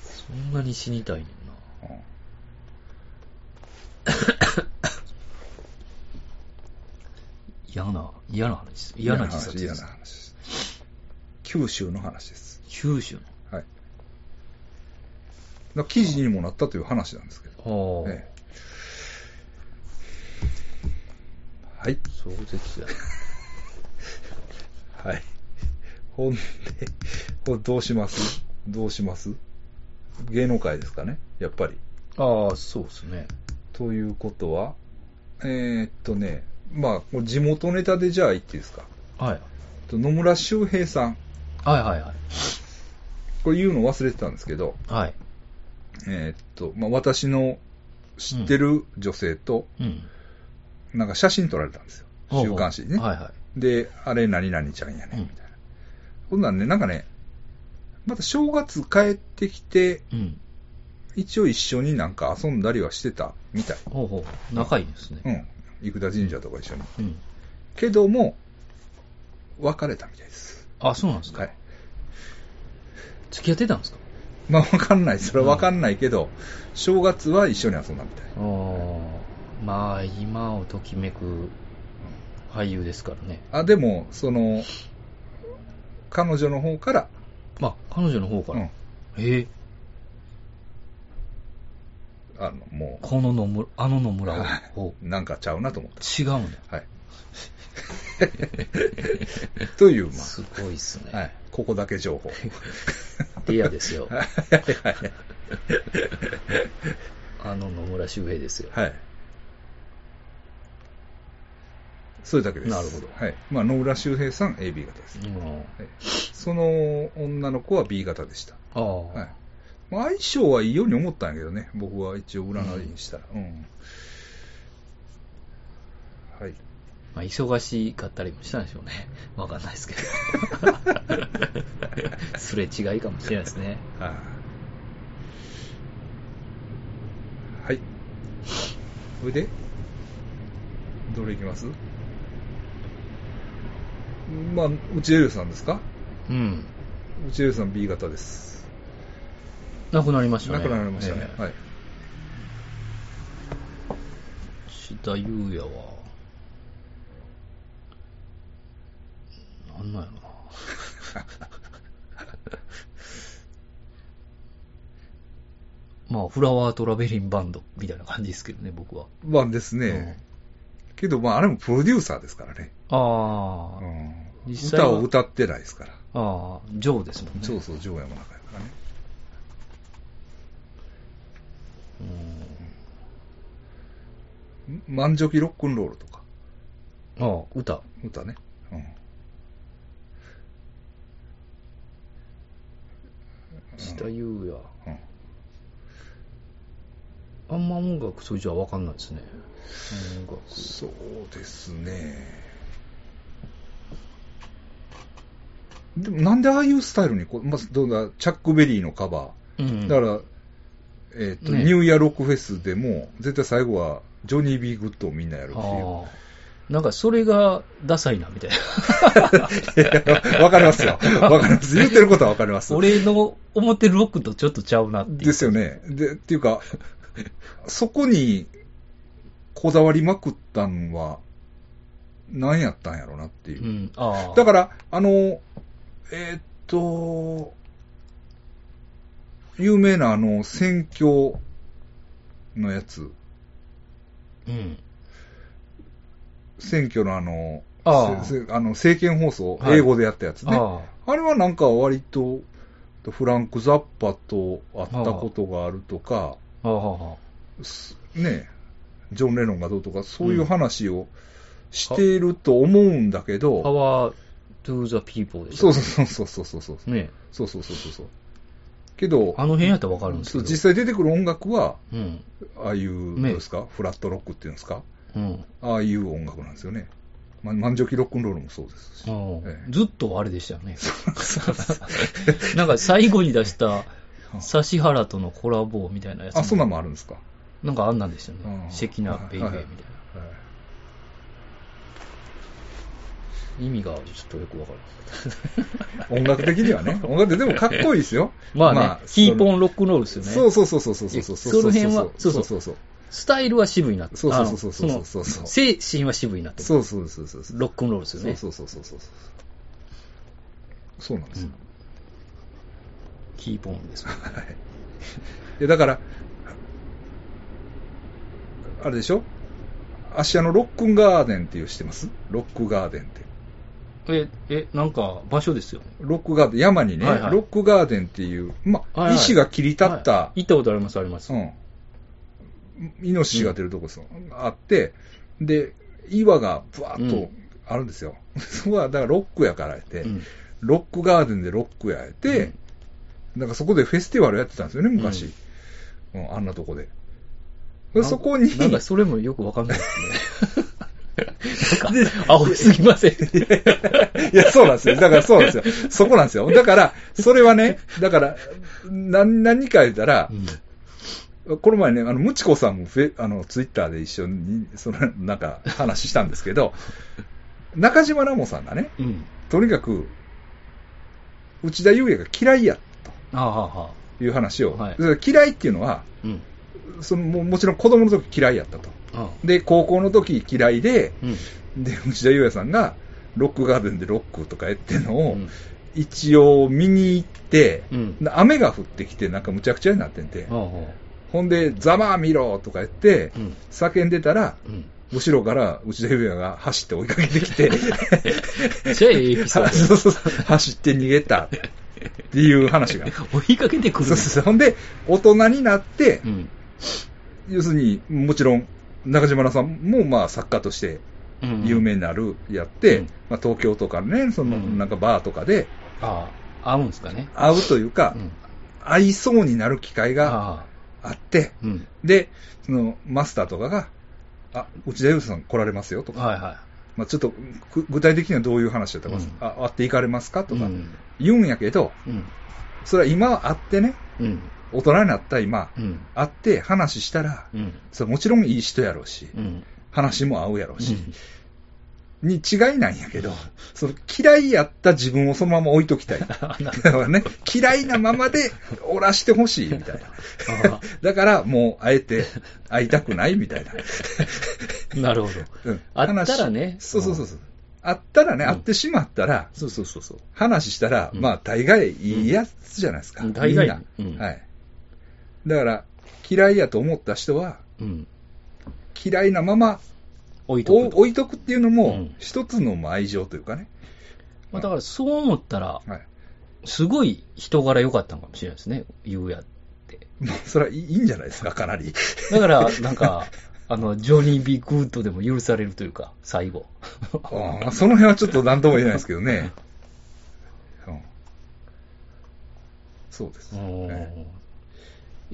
そんなに死にたいねんな。
うん
嫌な、嫌な話です。嫌な自殺で
嫌
す
な。話。九州の話です。
九州の。
はい。だ記事にもなったという話なんですけど。
はあ、
ええはい。
壮絶や。
はい。ほんで、これどうしますどうします芸能界ですかねやっぱり。
ああ、そうですね。
ということは、えーっとね、まあ、これ地元ネタでじゃあ言っていいですか。
はい。
えっと野村修平さん。
はいはいはい。
これ言うの忘れてたんですけど、
はい。
えーっと、まあ、私の知ってる女性と、
うん。
なんか写真撮られたんですよ。週刊誌にね。
はいは
で、あれ何々ちゃんやね、
うん
みたいな。ほんなんね、なんかね、また正月帰ってきて、
い。うん。
一応一緒になんか遊んだりはしてたみたい。
ほうほう。仲いいんです
う
ね。
ん。生田神社とか一緒に。
うん。
けども、別れたみたいです。
あ、そうなんですか。
はい。
付き合ってたんですか
まあ、わかんない。それはわかんないけど、正月は一緒に遊んだみたい。
ああ。まあ、今をときめく俳優ですからね。
あ、でも、その、彼女の方から、
まあ、彼女の方か
う
ら。
ん。
ええ
あの、も
この野村、あの野村を
はい
を。
う、なんかちゃうなと思った。
違うんだ。
はい。 という、ます
ごいっす
あ、は
ね。
い。ここだけ情報。
リアですよ。
はい
あの野村周平ですよ。
はい。それだけです。
なるほど
はい。まあ、野村周平さん AB 型です。
うん。
その女の子は B 型でした。
ああ。
はい。まあ、相性はいいように思ったんやけどね。僕は一応占いにしたら。うん。はい。
まあ、忙しかったりもしたんでしょうね。わかんないです けど。すれ違いかもしれないですね。
はい。はい。それで、どれいきますまあ、内江さんですか
うん。
内江さん B 型です。
なくなりましたね。
亡くなられましたね。
ええ
はい。
志田優也は、なんなん やろな。まあ、フラワートラベリンバンドみたいな感じですけどね、僕は。
まあですね。けど、まあ、あれもプロデューサーですからね。
ああ、
うん、
実際は
歌を歌ってないですから。
ああ、ジョーですもんね。
そうそう、上山の中やからね。
うん
満場期ロックンロールとか、
ああ、歌。
歌ね。うん。
志田優也。
うん
あんま音楽、それじゃわかんないですね。音楽。
そうですね。でもなんでああいうスタイルにこう、まあ、どうだ、チャックベリーのカバ
う
ー。
ん
だから、えっ、と、
ね
ニューイヤーロックフェスでも、絶対最後は、ジョニー・ビー・グッドをみんなやるっていう。
ああなんかそれがダサいな みたいな。
わかりますよ。わかります。言ってることはわかります。
俺の思ってるロックとちょっとちゃうなっていう。
ですよね。で、っていうか、そこにこだわりまくったんは、何やったんやろなっていうう。
ん。ああ。
だ
か
から、あの、えーっと、有名なあの、選挙のやつ、
ら、うん。
選挙のあの、
ああ
せせあの政見放送、
はい
英語でやったやつね。
ああ。
あれはなんか割と、フランク・ザッパと会ったことがあるとか、
ああ。
すね、ジョン・レノンがどうとか、そういう話をしていると思うんだけど、
パワートゥーザピーポーでし
そ
ょ。
うそうそうそうそうそうそう、
ね
そうそうそうそうそう。けど、
あの辺やったらわかるんですけ
そう
ど。
実際出てくる音楽は、
うん。
ああいう、
ね
どうですか、フラットロックっていうんですか、
うん。
ああいう音楽なんですよね。ま、満場期ロックンロールもそうですし。
うん
ええ
ずっとあれでしたよね。なんか最後に出した指原とのコラボみたいなやつ。
あ、そんなんもあるんですか。
なんかあんなんでした
う
ね。
ん
シェキナベイベーみたい
はいはい
な。意味がちょっとよくわからない。
音楽的には ね。音楽でもかっこいいですよ。
まあね、キーポ
ン
ンロックンロールですよね。
そうそうそうそうそうそうそう。
その辺はそうそう
そうそう。
スタイルは渋いなって。
そうそうそうそう
あの
そうそうそう
の精神は渋いなって。
そうそうそうそうそう。
ロックンロールですよね。
そうそうそうそうそう。そうなんです
う
よ
ん。キーポン ですよ。
はい。いや、だから、あれでしょ芦屋のロックンガーデンっていう知ってますロックガーデンって。
え、え、なんか場所ですよね。
ロックガーデン、山にね、
はいはい
ロックガーデンっていう、まあ、
はいはい
石が切り立った、
はい行ったことあります、あります。
うん。イノシシが出るとこですよ、あって、で、岩がぶわーっ
う
と
ん
あるんですよ。 そこは、だからロックやからやって、
うん
ロックガーデンでロックやって、なんかそこでフェスティバルやってたんですよね、昔。うん、あんなとこで。
なん
そこに、
なんかそれもよくわかんないですね。 なんか、青すぎ ません。
いや、そうなんですよ。だからそうなんですよ。そこなんですよ。だから、それはね、だから、な、何か言ったら、この前ね、あの、ムチコさんもフェ、あの、ツイッターで一緒に、その、なんか、話したんですけ ど、中島ラモさんがね、
うん。
とにかく、内田祐也が嫌いや、
ああ、はあ、はあ。
という話を、
はい
だから嫌いっていうのは、
うん。
そのもうもちろん子供の時嫌いやったと。
ああ
で、高校の時嫌いで、
うん。
で、内田祐也さんが、ロックガーデンでロックとかやってるのを、
うん
一応見に行って、
うん
な雨が降ってきて、なんかむちゃくちゃになってんて、
ああはあ
ほんで、ざまあ見ろとか言って、
うん
叫んでたら、
うん。
後ろから内田祐也が走って追いかけて きて、
じゃあ、エピソ
そう
ー
そうそう、走って逃げたっていう話が。
ド。追いかけてく
そう
る。
そうそう。ほんで、大人になって、
うん。
要するに、もちろん、中島らさんも、まあ、作家として
うん。
有名になる、やって、
うん
まあ、東京とかね、その、
うん
なんかバーとかで、
ああ、合うんですかね。
会うというか、
うん。
会いそうになる機会が
あ
あ
あ。
って、
うん。
で、その、マスターとかが、あ、内田裕二さん来られますよとか、
はいは
まあ、ちょっと、く具体的にはどういう話だったか、
うん
あ、会っていかれますか
い。
とか、
うん。
言うんやけど、
うん。
それは今は会ってね、
うん。
大人になった今、
うん。
会って話したら、
うん。
それもちろんいい人やろうし、
うん。
話も合うやろうし、に違いなんやけど、その嫌いやった自分をそのまま置いときたい。 だから ね、嫌いなままでおらしてほしいみたいな。
あ
だからもう、あえて会いたくないみたい な。
あなるほ
う
ど。
ん
あったらね
話そうそうそうそう。あったらね、
うん
会ってしまったら、
そうそうそうそう。
話したら、
うん
まあ、大概いいやつじゃないですか。
うん大概
みんな
うん
はい。だから、嫌いやと思った人は、
うん。
嫌いなまま
置いと
お
くと。
置いとくっていうの
う
も
ん、
一つのまあ愛情というかね。
まあだからそう思ったら、
はい。
すごい人柄良かったのかもしれないですね、ゆうやって。
まあ、それはいいいいんじゃないですか、かなり。
だから、なんか、あの、ジョニー・ビー・グッドでも許されるというか、最後。
ああその辺はちょっと何とも言えないですけどね。うん、そうです。
う
ね
ん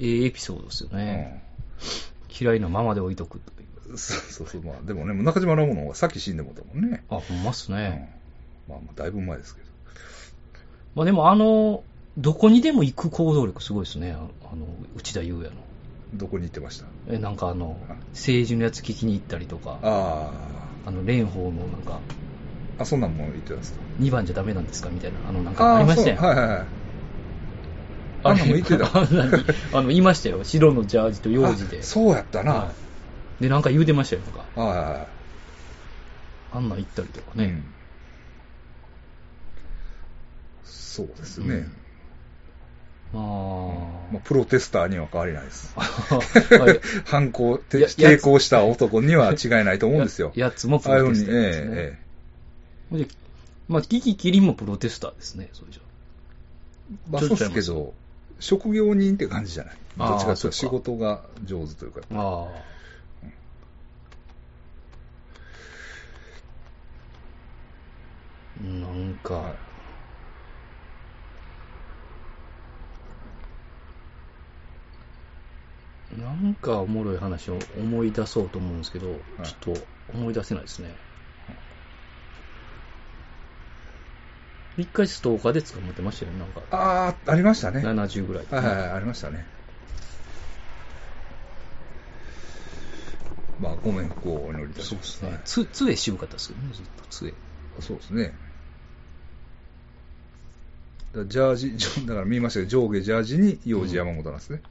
ええエピソードですよね。嫌いなままで置いとくという。
うんそうそうそう、まあ、でもね、中島ラモの方がさっき死んでもだもんね。
あ、ほんまっすね。
うん、まあまあ、だいぶ前ですけど。
まあでもあの、どこにでも行く行動力すごいですね、ああの、内田祐也の。
どこに行ってました
え、なんかあの、政治のやつ聞きに行ったりとか、
あ
あの、蓮舫のなんか、
あ、あ、そんなんも言ってたんですか
2番じゃダメなんですかみたいな、あの、なん
あ
かありました
そう
よ。
はいはいはい。
あ
あん
れ
なもん言ってた
あんなにあの、いましたよ。白のジャージと幼児で。
あそうやったな。
は
はい
で、なんか言うてましたよ。なんか、
いは
あんなん行ったりとか
いはい。う
ね
ん。そうです
う
ね
ん。あ
まあ、プロテスターには変わりないです。
あ。はい
反抗、て
やや
抵抗した男には違いないと思うんですよ。
ややつもプ
ああいうふ
ロ
う
テ
に、え
スターです
え
ね。
え
ほんでまあ、キキキリンもプロテスターですね、それじゃ。
え。まあ、
ちょ
そ
っ
う
と
ですけ
ちゃい
ど、職業人って感じじゃない。
ああ
どっちかという
そう
と
か
仕事が上手というか。
ああ。なん
は
か、なんかおもろい話を思い出そうと思うんですけど、ちょっと思い出せないですね。一回ストーカーで捕まってましたよね、なんか。
ああ、ありましたね。はい
70ぐらい。
はいはい、ありましたね。まあ、ごめん、こう、お祈りいたし
そうで
ますす。
ね
はい。
つ、杖渋かったですけどね、ずっと杖。
そうですね。だからジャージ、ジョだから見ましたけど、上下ジャージに幼児山本なんですね。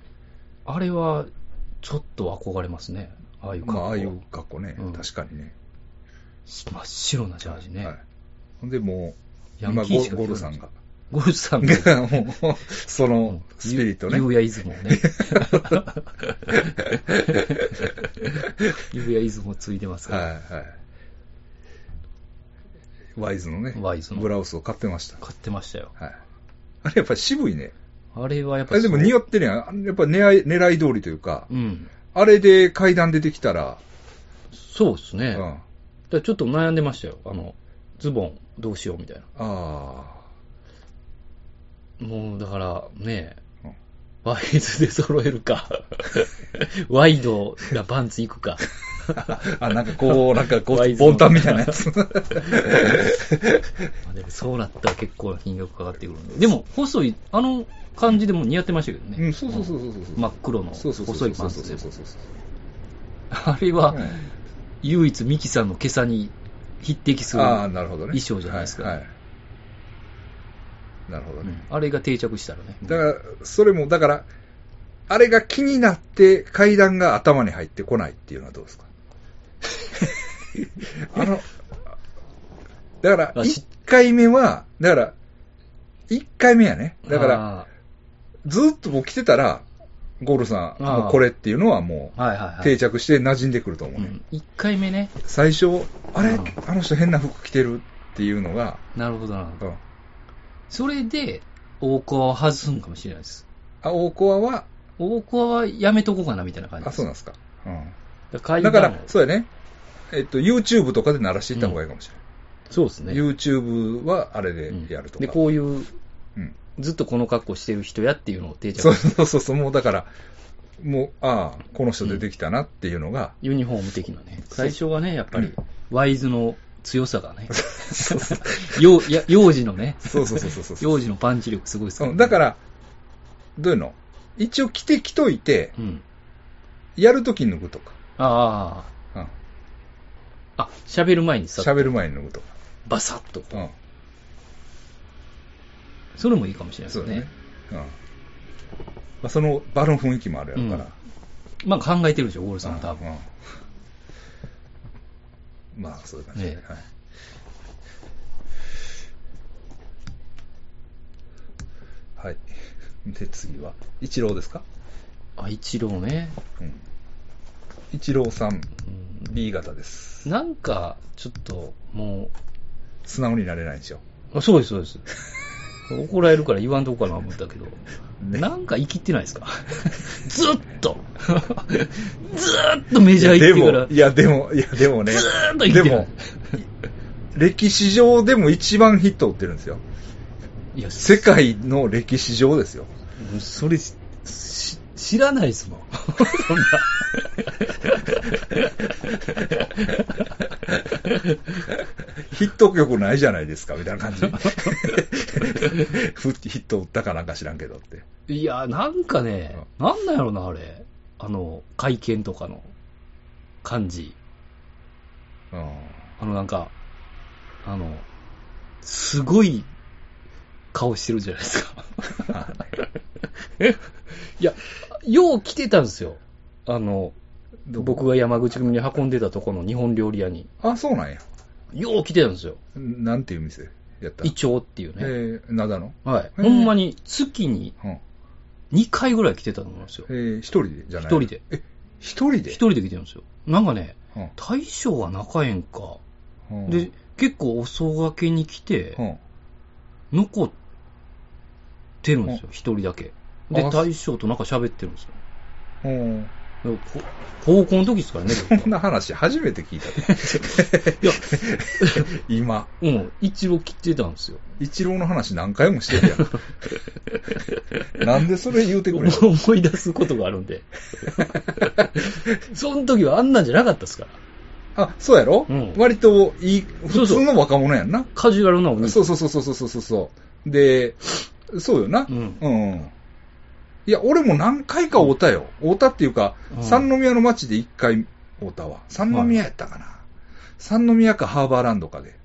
あれは、ちょっと憧れますね。ああいう格
ま
好。
あ、ああいう格好ね、
うん
確かにね。
真っ白なジャージね。
はい。ほんで、もう、
ヤ
今
ンキー
ゴ
し、か着
ゴ
てない
ルさんが。
ゴルさんが。
が、もう、その、 スピリットね
ゆ。うやイズムを ね。ゆうやイズムをついてますから。
はい、はい。ワイズのね、
ワイズの
ブラウスを買ってました。
買ってましたよ。
はい。あれやっぱり渋いね。
あれはやっ
あ
ぱ
れでも
う
匂ってるやん。あやっぱ狙い狙い通りというか、
うん。
あれで階段出てきたら、
そうですね。
うん。
だか
あ
らちょっと悩んでましたよ。あの、ズボンどうしようみたいな。
あ
もうだからね
うん、
ワイズで揃え るか、ワイドなパンツ行くか。
あ、なんか こう、なんかこ
ワ
う、
イズの
ボンタンみたいなや つ。
まあでもそうなったら結構金額かかってくるんで。でも、細い、あの感じでも似合ってましたけどね。
うん、そうそうそうそうそう。
真っ黒の
そうそうそう
細いパンツでも
そうそうそう
あれ
そう
は
う、ん
唯一ミキさんの今朝に匹敵する。
ああ、なるほどね。
衣装じゃないですか
はい。はいなるほど
うん
ね。
あれが定着したらね。
だから、それも、だから、あれが気になって階段が頭に入ってこないっていうのはどう ですかあの、だから、
あし
1回目は、だから、1回目やね。だから、
あ
ずっと僕来てたら、ゴールさん、
あー
もうこれっていうのはも
ー、はいはいうはい。
定着して馴染んでくると思う
う
ね。
ん、1回目ね。
最初、あれ、
うん
あの人変な服着てるっていうのが、
なるほどなるほ
う
ど。
ん
それで、大コアを外すんかもしれないです。
あ、大コアは、
大コアはやめとこうかなみたいな感じ
あ、そうなん
で
ですか。うん
す。階
だ
段
から
を、
そうやね。えっと、YouTube とかで鳴らしていった方がいいかもし
そうです
れな
ね
い。。YouTube はあれでやるとか。
で、こういう、
うん
ずっとこの格好してる人やっていうのを定
そう
着
そうそうそう、もうだから、もう、ああ、この人出てきたなっていうのが、
ユニフォーム的なね。
そう
最初はね、やっぱり、ワイズの強さがね、
そうそう
幼いや幼児のね、
そうそうそうそうそう
幼児のパンチ力すごいです、
うんだからら、どういうの一応着てきといて、
うん。
やるとき脱ぐとか。
あ
うん
あ、あ、喋る前にさ、
喋る前に脱ぐとか。
バサッと。
うん
それもいいかもしれないで
そう
す
だね
ね。。
うんまあ、その場の雰囲気もあるやろから。
まあ考えてるでしょ、ゴールさんも多
う
分。
んうんまあ、そういう感じで、
ね
はい。はい。で、次は、一郎ですか
あ、一郎ね。
うん。一郎さん、
うん
B 型です。
なんか、ちょっと、も
素直になれないんですよ。
う、あそうです、そうです。怒られるから言わんとこかな思ったけど、
ね
なんか生きってないです かずっとずーっとメジャー行ってから、
いや、でも、いや、でもね。
ずーっと生きてる
でも、歴史上でも一番ヒットを打ってるんですよ。
いや、
世界の歴史上ですよ。
それ、し知らないですもん。そんな。
ヒット曲ないじゃないですか、みたいな感じ。ふヒット打ったかなんか知らんけどって。
いや、なんかね、なんなんやろな、あれ。あの、会見とかの感じ。
うん。
あの、なんか、あの、すごい顔してるじゃないですか。いや、よう来てたんですよ。あの、僕が山口組に運んでたとこの日本料理屋に。
あ、そうなんや。
よう来てたんですよ。
なんていう店やった
イチョウっていう
え
ね。
ー、灘の
はい。
えー
ほんまに月に
うん。え
2回ぐらい来てたと思うんですよ。
ー、一人でじゃない
一人で。
え、一人で
一人で来てるんですよ。なんかね、
うん
大将は仲えんか。
うん
で、結構遅がけに来て
う、ん。
残ってるんですよ、一人だけ。で、
あ
大将となんか喋ってるんですよ。
うん。
でこ高校の時ですか らね、僕は
こんな話初めて聞いた
いや、
で。 今。
うん、一応来てたんですよ。
一郎の話何回もしてる やん。なんでそれ言うてくれんの
思い出すことがあるんで。 その時はあんなんじゃなかったですから。
あ、そうやろ、
うん
割といい、
そ
普
うそう
通の若者やんな。
カジュアルなお兄
そうそうそうそうそうそうそう。で、そうよな。
うん
うん。いや、俺も何回か会うたよ。会うたっていうか、
うん
三宮の街で一回会うたわ。三宮やったかな。三宮かハーバーランドかで。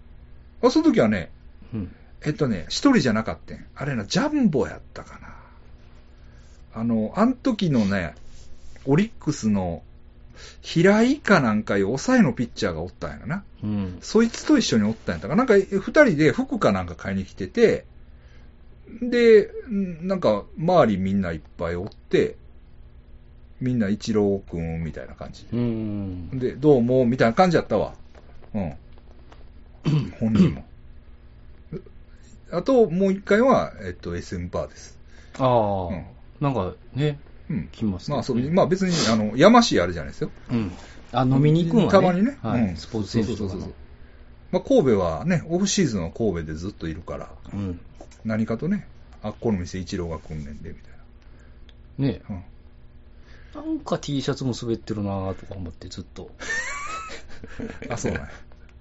あ、その時はね、
うん。
えっとね、一人じゃなかったん。あれな、ジャンボやったかな。あの、あん時のね、オリックスの平井かなんかいう抑えのピッチャーがおったんやな。
うん。
そいつと一緒におったんやったかな。なんか、え二人で服かなんか買いに来てて、で、んなんか、周りみんないっぱいおって、みんな一郎くんみたいな感じ。
うん。
で、どうも、みたいな感じやったわ。 うん。本人も。あと、もう一回は、えっと、SM バーです。
ああ、
うん
なんかね、
うん。
来ますね。
まあ、そう、まあ別に、あの、やましいあれじゃないですよ。
うん。あ、飲みに行くんはね。
たまにね。
はい。
うん
スポーツ選手とか
そうそうそうそ
の
う。まあ、神戸はね、オフシーズンは神戸でずっといるから、
うん。
何かとね、あっこの店一郎が来んねんで、みたいな。
ね
うん。
なんか T シャツも滑ってるなぁとか思ってずっと。
あ、そう なんや。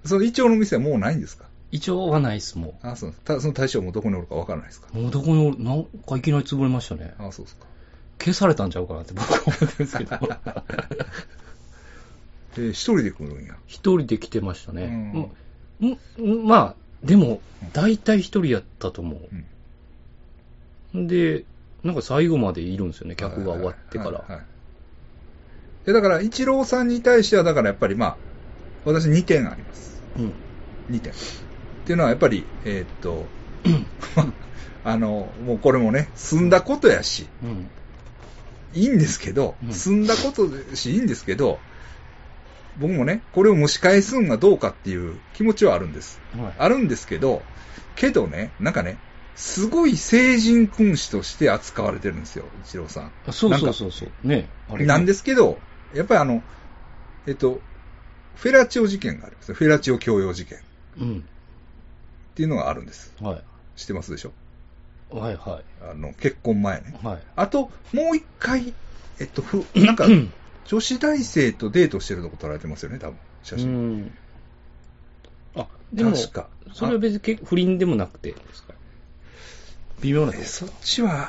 そのイチョウの店はもうないんですか
一応はないっす、も
あ、そうなんですたその大将もどこにおるかわからないですか
う。もうどこにおる、なんかいきなり潰れましたね。
あ、そうですか。
消されたんちゃうかなって僕 は思ってるんですけど。
えー一人で来るんや。
一人で来てましたね。
う
うん、うんまあ、でも、大体一人やったと思
ん。
う。で、なんか最後までいるんですよね、客が終わってか
はいはい
ら。
はいいやだから、一郎さんに対しては、だからやっぱりまあ、私2点あります。
うん。
2点。っていうのは、やっぱり、えーっと、 あの、もうこれもね、済んだことやし、
うん。
いいんですけど
う、ん
済んだことだし、いいんですけど、僕もね、これを蒸し返すんがどうかっていう気持ちはあるんです。
はい。
あるんですけど、けどね、なんかね、すごい成人君子として扱われてるんですよ、一郎さん。
あそう
なん
そう
か
そうそう。ねあれね
なんですけど、やっぱりあの、えっと、フェラチオ事件があるんですよフェラチオ強要事件っ
うん。
ていうのがあるんです。
はい。
知ってますでしょ
はいは
あの、結婚前ね。
い。はい。
あと、もう一回、えっと、 ふなんか、女子大生とデートしてるとこ撮られてますよね、多分、写
う
真。
ん。あ、でも、
確か。
それは別にけ不倫でもなくてですか微妙な
あ
とこ
えそっちは、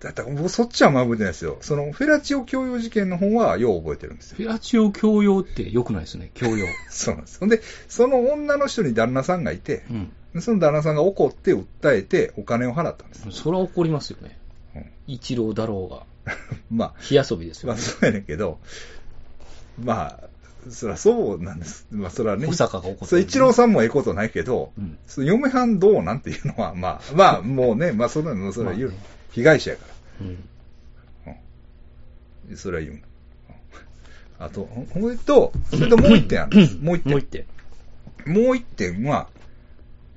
だった僕そっちはあんま覚えてないですよ。その、フェラチオ強要事件の方は、よう覚えてるんですよ。
フェラチオ強要って良くないですね、強要。
そうなんです。ほんで、その女の人に旦那さんがいて、
うん。
その旦那さんが怒って訴えてお金を払ったんです。
それは怒りますよね
うん。
一郎だろうが。
ま
火遊びです
あ、ま
よ
あ、。そうやねんけど、まあ、そりゃそうなんです。まあ、それはね、
小坂が怒って
そう
る。
一郎さんもええことないけど、
うん。
その嫁はんどうなんていうのは、まあ、まあ、もうね、まあ、それは、もうそれは言う、被害者やか
うん。
ら。それは言うの。うんあと、ほれと、それともう一点あるんです。もう一
もう
点
一。点。
もう一点は、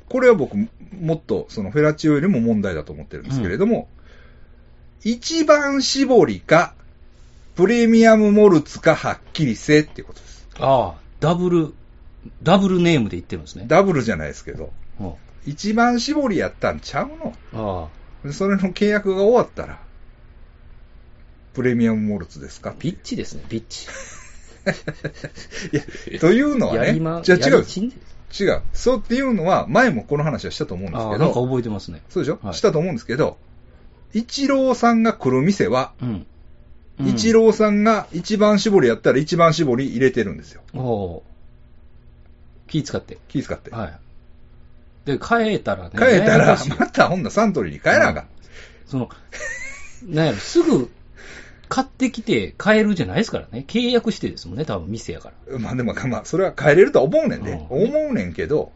これは僕、もっと、そのフェラチオよりも問題だと思ってるんですけれども、一番搾りか、プレミアムモルツかはっきりせっていうことです。
ああ、ダブル、ダブルネームで言ってるんですね。
ダブルじゃないですけど、
うんあ
一番搾りやったんちゃうの
あ。
それの契約が終わったら、プレミアムモルツですか
ピッチですね、ピッ チ。
いやというのは
や
ね
り、ま、
じゃあ
や
違う
り、ちんで
違う。そうっていうのは、前もこの話はしたと思うんです
あ
け
あ、なんか
ど、
覚えてますね。
そうでしょ、
はい
したと思うんですけど、一郎さんが来る店は、
うん。
一郎さんが一番絞りやったら一番絞り入れてるんですよ。
おおー。気使って。
気遣って。
はい。で、変えたらね。
帰った
やや
ら
こしい、
またほんなサントリーに帰らんかん。
その、なんやろ、すぐ買ってきて買えるじゃないですからね。契約してですもんね、多分店やから。
まあでも、まあ、それは帰れるとは思うねんで、
うん
思うねんけど、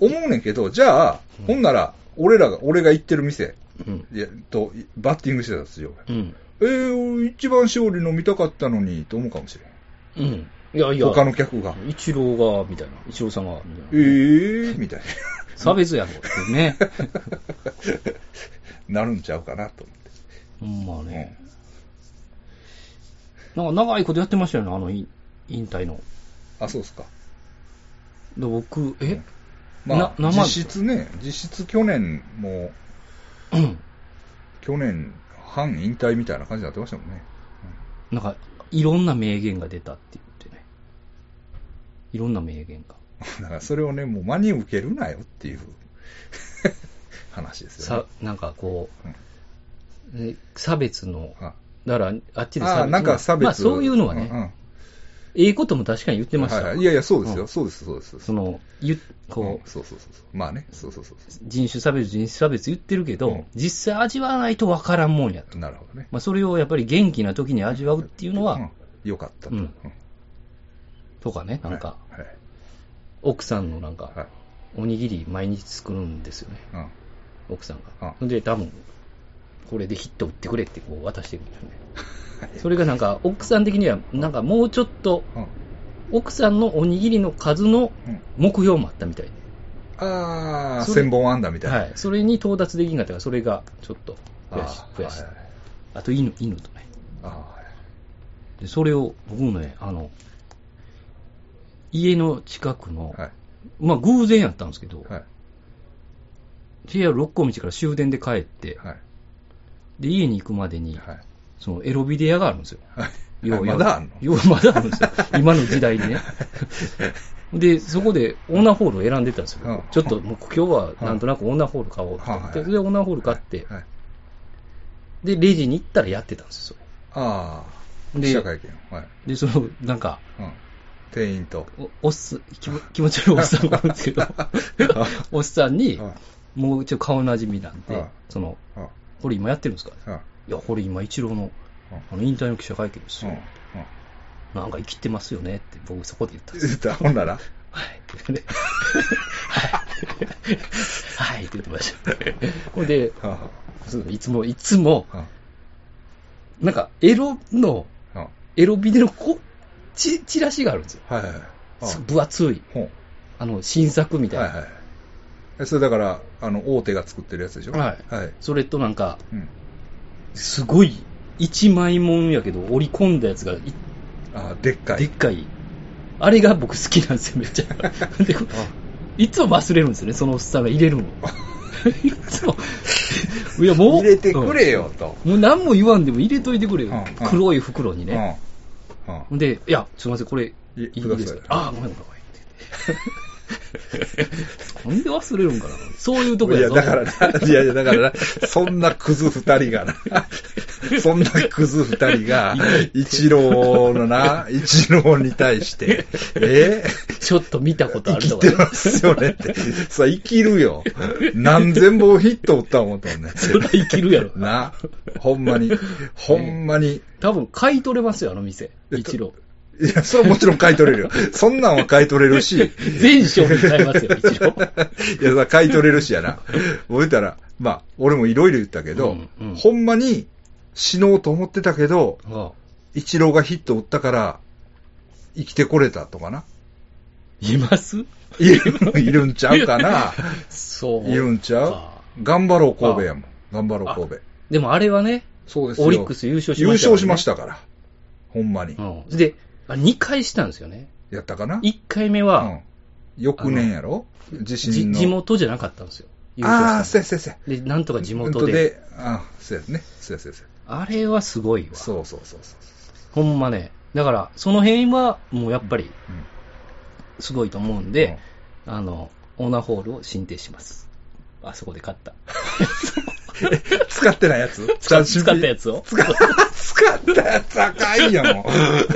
思うねんけど、じゃあ
うん、
ほんなら、俺らが、俺が行ってる店、
うん。
いやと、バッティングしてたんですよ。
うん。
えー、一番勝利飲みたかったのに、と思うかもしれん。
うん。いやいや、
他の客が。
一郎が、みたいな。一郎さん
え
が、みたいな。
ー、みたい
差別やろ、ってね。
な、なるんちゃうかなと思って。
ほんまね。なんか長いことやってましたよね、あの、い引退の。
あ、そうですか。
で、僕、え、
まあ、
な生
実質ね、実質去年も、
うん
去年、半引退みたいな感じになってましたもんね。
なんか、いろんな名言が出たって言ってね。いろんな名言が。
だからそれをね、もう真に受けるなよっていう 話ですよね
さ。なんかこう、ね差別の、
あ
だからあっちで差
あ
別
なんか差別、
まあそういうのは
うんう
ね、
ん
ええことも確かに言ってましたわ、
はいはいいやいや、そうですよ、
うん
そうです、そうです。
そのゆこ
うん
う
そうそうそうそう。まあね、そうそうそうそ
人種差別、人種差別言ってるけど、
うん
実際味わわないと分からんもんやと、
う。なるほどね。
まあ、それをやっぱり元気な時に味わうっていうのは、
ん、よかったと。
う
う
ん
ん
とかね、なんか、
はいはい
奥さんのなんか、
はい
おにぎり毎日作るんですよね、
うん
奥さん
うん
が。それで、多分これでヒット打ってくれってこう渡してくるんですよね。 それがなんか、奥さん的には、なんかもうちょっと、
うん
奥さんのおにぎりの数の
うん
目標もあったみたい
ああ、
それ
千本安打み
で、
たいな。
はい、それに到達できんかったから、それがちょっと
あー
悔しい、悔しい
はい。はい
あと犬、犬とね。
あーはい
で、それを、僕もね、あの、家の近くの、
はい
まあ偶然やったんですけど、
はい
JR 六甲道から終電で帰って、
はい
で、家に行くまでに、
はい。
そのエロビデオ屋があるんですよ。
はい。
よう
まだあんの
ようまだあるんですよ。今の時代に ね。で、そこでオーナーホールを選んでたんですよ。
うん
ちょっともう今日はなんとなくオーナーホール買おうって言って、
はいはい
それでオーナーホール買って、
はい。
で、レジに行ったらやってたんですよ。
ああ。記
で
者、会見。はい。
で、その、なんか、
うん。店員と。
おおっす気も気持ち悪いおっさんがあるんですけ ど、おっさんに
うん、
もうちょっと顔なじみなんで
あ、
その、
うん。うん。
これ今やってるんですか
うん。
いや、これ今、一郎の
うん
あの引退の記者会見です
う
よ
ん。。
なんか生きてますよねって、僕、そこで言ったんですよ
言ったほんなら、
はい。はい。はい。って言ってました。ほんで、
うん。
そういつも、いつも、
うん。
なんか、エロの、
うん。は
エロビデオのこチチラシがあるんですよ。
いはいはい。
す分厚い。
うん。
あの、新作みたい
は
な。
いはい。えそれだから、あの、大手が作ってるやつでしょ
はい
はい。
それとなんか、
うん。
すごい、一枚もんやけど、折り込んだやつがい、
あーでっかい。
でっかい。あれが僕好きなんですよ、めっちゃ。でいつも忘れるんですよね、そのおっさんが入 れるの。いつも。いや、もう。
入れてくれよと。
もう何も言わんでも入れといてくれよ。
うんうん
黒い袋に
うん。
ね。
うん。
で、いや、すみません、これ、い
い
い
ください
ですかああ、ごめんごめんごめんって言って。 なんで忘れるんかな。そういうとこ
い
や
や、
ぞ
だからな、いやいや、だからな、そんなクズ二人がな、そんなクズ二人が、一郎のな、一郎に対して、え
ちょっと見たことあ
生
ると
き
か
て
ね。
ますよねって。さあ、生きるよ。何千本ヒット打った思ったもんね。
それは生きるやろ。
な、ほんまに、ほんまに、
多分買い取れますよ、あの店。一郎。
いや、それはもちろん買い取れるよ。そんなんは買い取れるし、
全商品買 えますよ、一郎。
いや、さ、買い取れるしやな。俺言ったら、まあ、俺もいろいろ言ったけど、
うんうん
ほんまに死のうと思ってたけど、
ああ
一郎がヒット打ったから、生きてこれたとかな。
います
いるいるんちゃうか な。
そう。
いるんちゃう頑張ろう神戸やもん。頑張ろう神戸。
でもあれはね、
そうですよ。
オリックス優勝し
優
ましたからね
勝しましたから。ほんまに。
うん。で、2回したんですよね。
やったかな。
1回目は、
うん翌年やろ地
じ
震の。
地元じゃなかったんですよ。
ああ、そうやそう
優勝
やそうや。
したので、なんとか地元
うんと
で。
で。ああ、そうやね。そうやそうやそうや。
あれはすごいわ。
そうそうそうそう。
ほんまね。だから、その辺は、もうやっぱり、
うん
すごいと思うんで、あの、オーナーホールを進呈します。あそこで買った。
使ってないやつ
使使ったやつを
使ったやつ高いよ、も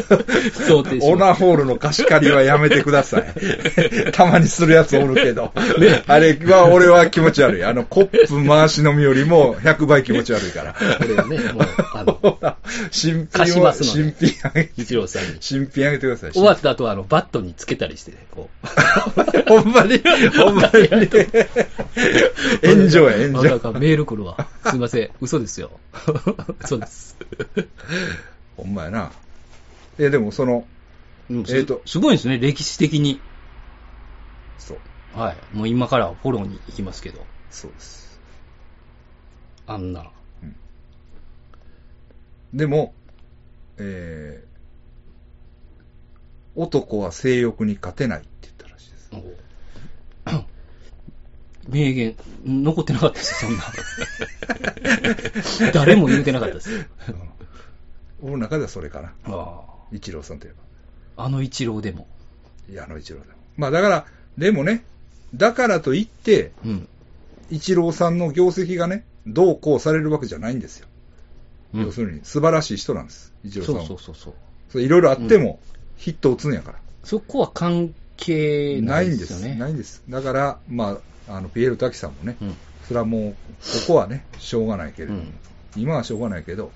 想定
う。
し
オ
ま
ナホールの貸し借りはやめてくださ い。たまにするやつおるけど。あれは、俺は気持ち悪い。あの、コップ回し飲みよりも100倍気持ち悪いから。
す。これをね、もう、 あの、
新
貸
品
し
を、
ますの
新
で
品あげ、
一郎さんに。
新品あげてください。
終わった後は、あの、バットにつけたりしてね、こう。
ほんまに、ほんまにね。炎上 や、炎
あ
上。
かんメール来るわ。すいません。嘘です よ。嘘です。
ほんまやな。え、でもその、
うんす
えーと
すごいですね、歴史的に。
そう、
はい。もう今からフォローに行きますけど、
そうです。
あんな。
でも、えー、男は性欲に勝てないって言ったらしいです。
お名言、残ってなかったです、そんな。誰も言うてなかったです。
俺の中ではそれかな。
あ
一郎さんといえば。
ああの一郎でも。
いや、あの一郎さん。まあだから、でもね、だからといって、
うん。
一郎さんの業績がね、どうこうされるわけじゃないんですよ。
うん
要するに、素晴らしい人なんです。一郎さん
そう
は。
そうそうそう。
それいろいろあっても、ヒット打つんやから。
そこは関係な
ないいん
で
です
よ
す。
ね。
ないんです。だから、まあ、あの、ピエール滝さんもね、
うん。
それはもう、ここはね、しょうがないけれ
う
ども、
ん。
今はしょうがないけど、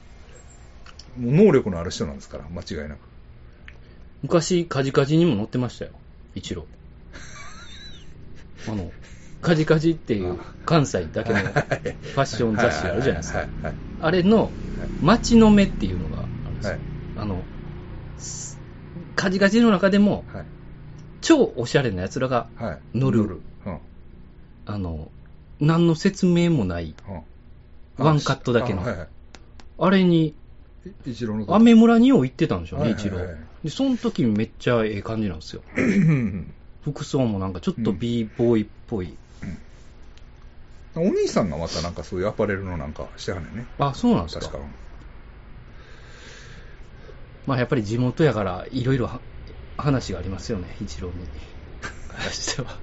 もう能力のある人なんですから、間違いなく。
昔、カジカジにも載ってましたよ。一 郎。あの、カジカジっていう関西だけ のファッション雑誌あるじゃないですか
は。いはい
あれの、街の目っていうのがあるんです
は
よ
い。
あの、すカジカジの中でも、
はい
超おしゃれな奴らが、
はいはい
乗る
うんうん
あの、何の説明もない、
あ
ワンカットだけの
あはいはい
あれに、
い一郎の
アメ村によう行ってたんでしょうね、
はいはい
一郎
はいはい。
で、その時めっちゃええ感じなんですよ。
うん
服装もなんかちょっと b ボーイっぽい。
お兄さんがまたなんかそういうアパレルのなんかしてはんねんね。
あ、そうなんです
確
か
か。。
まあやっぱり地元やから、いろいろは話がありますよね、一郎に。 話しては。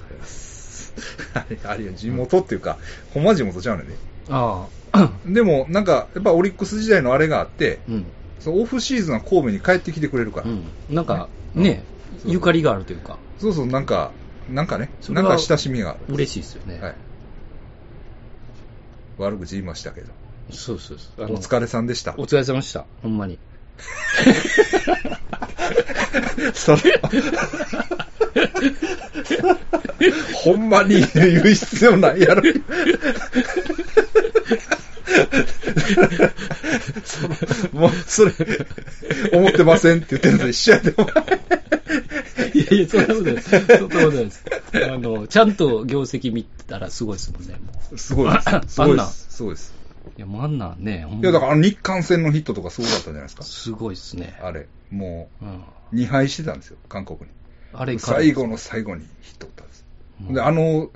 あれ、 あれよ地元っていうか、ほんま地元ちゃうねんね。
ああ、
でも、なんか、やっぱオリックス時代のあれがあって、
うん。
そのオフシーズンは神戸に帰ってきてくれるから。
うん。なんか、
ね
ね、
そう
ゆかりがあるというか、
そうそう、なんか、なんかね、
そ
な
れ
ん
は
か親しみがある。
嬉しいですよね。
はい。悪口言いましたけど。
そうそうそう。あの
お疲れさんでした。
お疲れ様でした。ほんまに。
それ、ほんまに言う必要ないやろ。そのもう、それ、思ってませんって言ってるのと一緒やで、お前
いやいや、そんなことないです。そんなことないです。あの、ちゃんと業績見たらすごいですもんね。もう
すごいです。す
あ
ご
ん
いで
な
す。すごいです。
いや、もうあんなんね、ほん
い
ま
や、だからあの日韓戦のヒットとかすごかったじゃないですか。
すごいですね。
あれ、も
うん。
う、2敗してたんですよ、韓国
あれ
に。
から
最後の最後にヒット打ったんです。
うん
で、あの、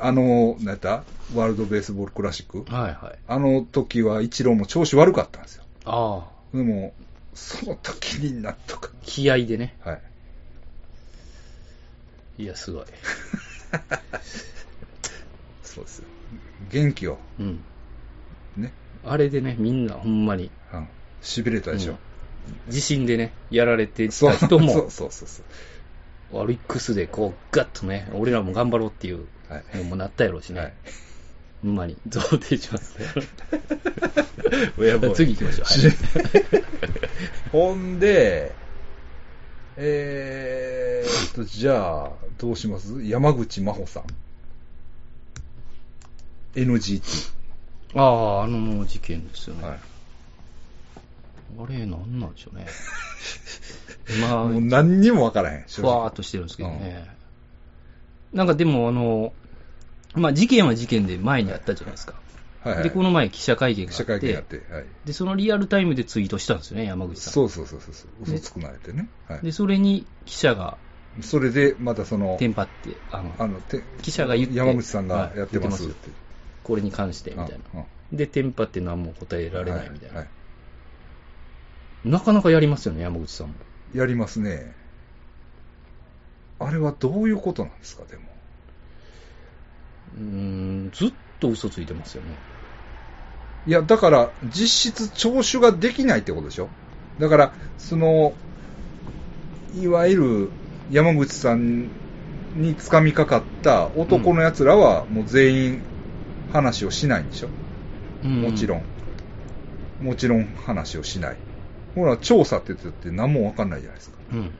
あの、なんやったワールドベースボールクラシック
はいはい。
あの時は一郎も調子悪かったんですよ。
ああ、
でも、その時になんとか。
気合でね。
はい。
いや、すごい。
そうですよ。元気を、
うん。
ね。
あれでね、みんなほんまに、
うん。痺れたでしょ。
地震でね、やられて
そう
た
そ
人も
う、そうそうそ
オリックスでこう、ガッとね、俺らも頑張ろうっていう
う。はい。
のもなったやろうしね。
はい
ほんまに、贈呈しますね。
親分
次行きましょう。
し
はい
ほんで、えーっと、じゃあ、どうします山口真帆さん。NGT。
ああ、あの事件ですよね。
はい。
あれ、なんなんで しょうね。まあ、
もう何にもわからへん。正
ふ
直
わーっとしてるんですけどね。なんかでも、あの、まあ、事件は事件で前にあったじゃないですか。
はい、はい。
で、この前記者会見が
記
あ
者会
っ
見
て
やって、はい。
で、そのリアルタイムでツイートしたんですよね、山口さん。
そうそうそうそう。
で
嘘つくなれてね。は
で、それに記者が
い。それで、またその
テ、ンパって、あの、
あの、て
記者が言って
山口さんがやってます
は
っ。
い言ってこれに関して、みたいな。で、テンパって何も答え
うん
られないみたいな。
はは
なかなかやりますよね、山口さんも。
やりますね。あれはどういうことなんですか、でも。
うーん、ずっと嘘ついてますよね。
いや、だから、実質聴取ができないってことでしょだから、その、いわゆる山口さんにつかみかかった男の奴らは、もう全員話をしないんでしょ、
う
もちろん。。もちろん話をしない。ほら、調査って言ってたって何もわかんないじゃないですか。
うん。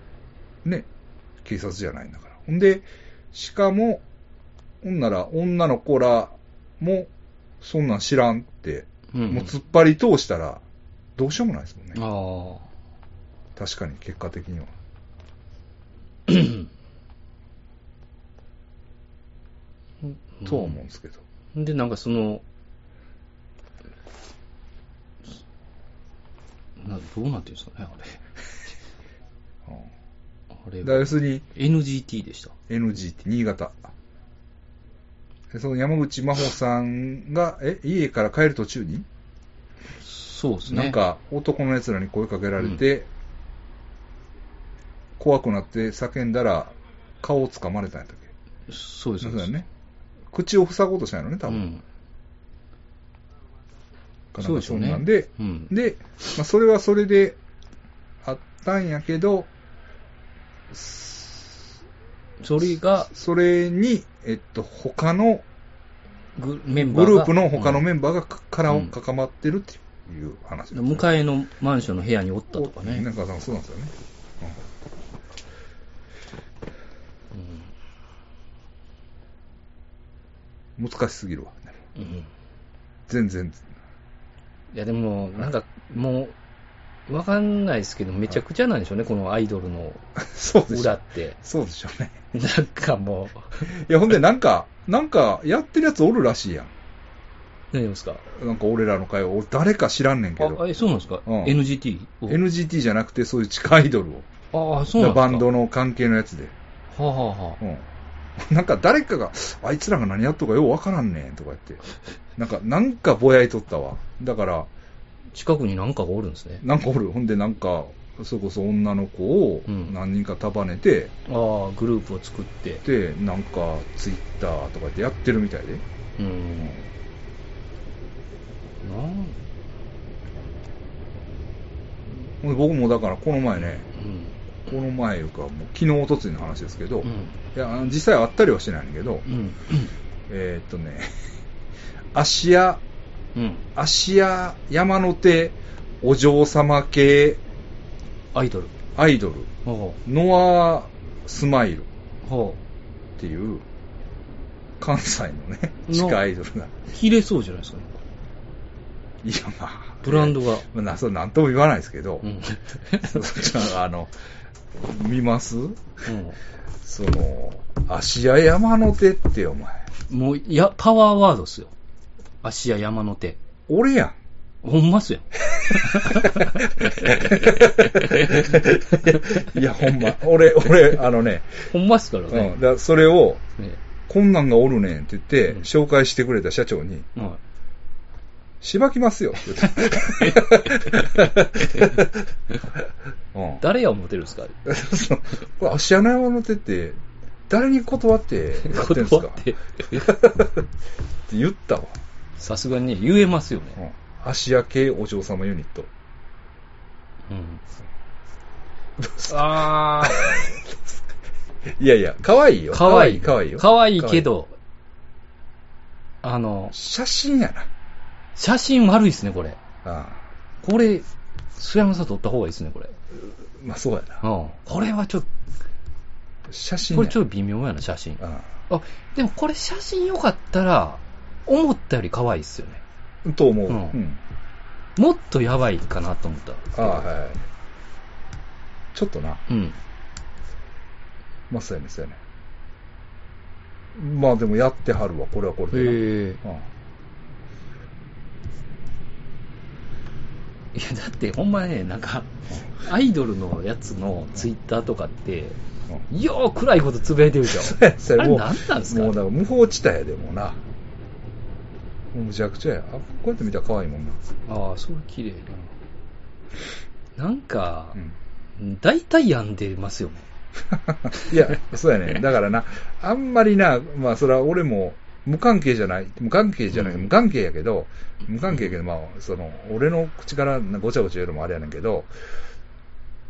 ね。警察じゃないんだから。ほんで、しかも、ほんなら女の子らも、そんなん知らんって、
うん。
もう突っ張り通したら、どうしようもないですもんね。
ああ。
確かに、結果的には。とは思うんですけど。
で、なんかその、などうなってるんですかね、
うん
あれ。
だ
あ
から
れ
要、するに、
NGT でした。
NGT、新潟。でその山口真帆さんが、え、家から帰る途中に
そうですね。
なん、か男の奴らに声かけられて、怖くなって叫んだら顔をつかまれたんやったっけ
そうです
そうだよね。口を塞ごうとしたんやろね、多
う
分。か
ん。
なんか
そうですよね
そんなんで、
うん。
で、まあ、それはそれであったんやけど、す
それが、
それに、えっと、他の、
グメンバ
グ
ーが
ループの他のメンバーがかから
うん
関わってるっていう話ですね。
向かいのマンションの部屋におったとか
なん
ね。
かそうなんですよね。うん難しすぎるわ。
うん。うん
全然。
いや、でも、なんか、もう、わかんないですけど、めちゃくちゃなんでしょうね、このアイドルの
そうでし
裏
ょ
っ。て。
そうでしょうね。
なんかも
いや、ほんでなんか、なんか、やってるやつおるらしいや
う、何ですか
ん。なんか俺らの会話、俺誰か知らんねんけ
あ、
ど。
え、そうなんですか、
うん
?NGT を
NGT じゃなくて、そういう地下アイドルを。
ああ、そうなんです
バ
か
ンドの関係のやつで。
はあ、はあはあ
うん。なんか誰かが、あいつらが何やっとかようわからんねんとか言って、なんか、なんかぼやいとったわ。だから、
近くに何かがおるんですね。
なんかおる。ほんで、なんか、それこそ女の子を
うん
何人か束ねて、
ああ、グループを作って。
で、なんか、ツイッターとか言ってやってるみたいで。
うん。なん、
ほんで僕もだから、この前ね、
うん。
この前いうか、もう昨日、おとついの話ですけど、
うん
い。や、あの実際会ったりはしてないんだけど、
うん。
えーっとね、 芦屋、
うん。
芦屋山の手お嬢様系
アイドル。
アイドル、
ほ
ノアスマイルっ
う。ほ
ていう、関西のね、
の
地下アイドルが。
う。切れそうじゃないですか、なん
い
か
や、まあ。
ブランドが。
まあ、なそうなんとも言わないですけど、
うん。
そじゃあ、あの、見ますその、芦屋山の手って、お前。
うん。もう、いや、パワーワードっすよ。芦屋山の手。
俺やん。
ほ んますよ。
いや、ほんま。俺、俺、あのね、
ほんますか
う
ら
ん。
ね。
だからそれを、
ね
こんなんがおるねんって言って
うん、
紹介してくれた社長に、
はい
しばきます よって言って。うん
誰や思ってるんですか
そうこれ、芦屋の山の手って、誰に断ってやってんすか
断
っ
ってて。
言ったわ。
さすがにね、言えますよ
う
ね。
ん芦屋系お嬢様ユニット。
うん。あ
いやいや、可愛いよ。
あ、かわいい。
可愛いよ。
かわいいけど、あの、
写真やな。
写真悪いですね、これ。
あ
これ、須山さん撮った方がいいですね、これ。う
あまあそうやな。
ん。これはちょっ
写
と、
真
こ
や
れちょっと微妙やな、写真。
あ
あ、でもこれ写真良かったら、思ったより可愛いっすよね。
あと思う。う
うんん。もっとやばいかなと思った。
ああ、はい。ちょっとな。
うん。
まあそうやね、そうやね。まあでもやってはるわ、これはこれでな。
へえ。
うん
いや、だってほんまね、なんか、アイドルのやつのツイッターとかって、
うん
よー暗いことつぶやいてるじゃ ん。
そうやそれ
あ
も
れ
う
何なんですか
もうだから無法地帯やでもうなもうむちゃくちゃやあこうやって見たら可愛いもんな
ああ、それ綺麗な。なんか
う、ん
大体病んでますよね。
いやそうやねだからなあんまりなまあそれは俺も無関係じゃない無関係じゃない、
うん
無関係やけど無関係やけどまあその俺の口からごちゃごちゃ言うのもあれやねんけど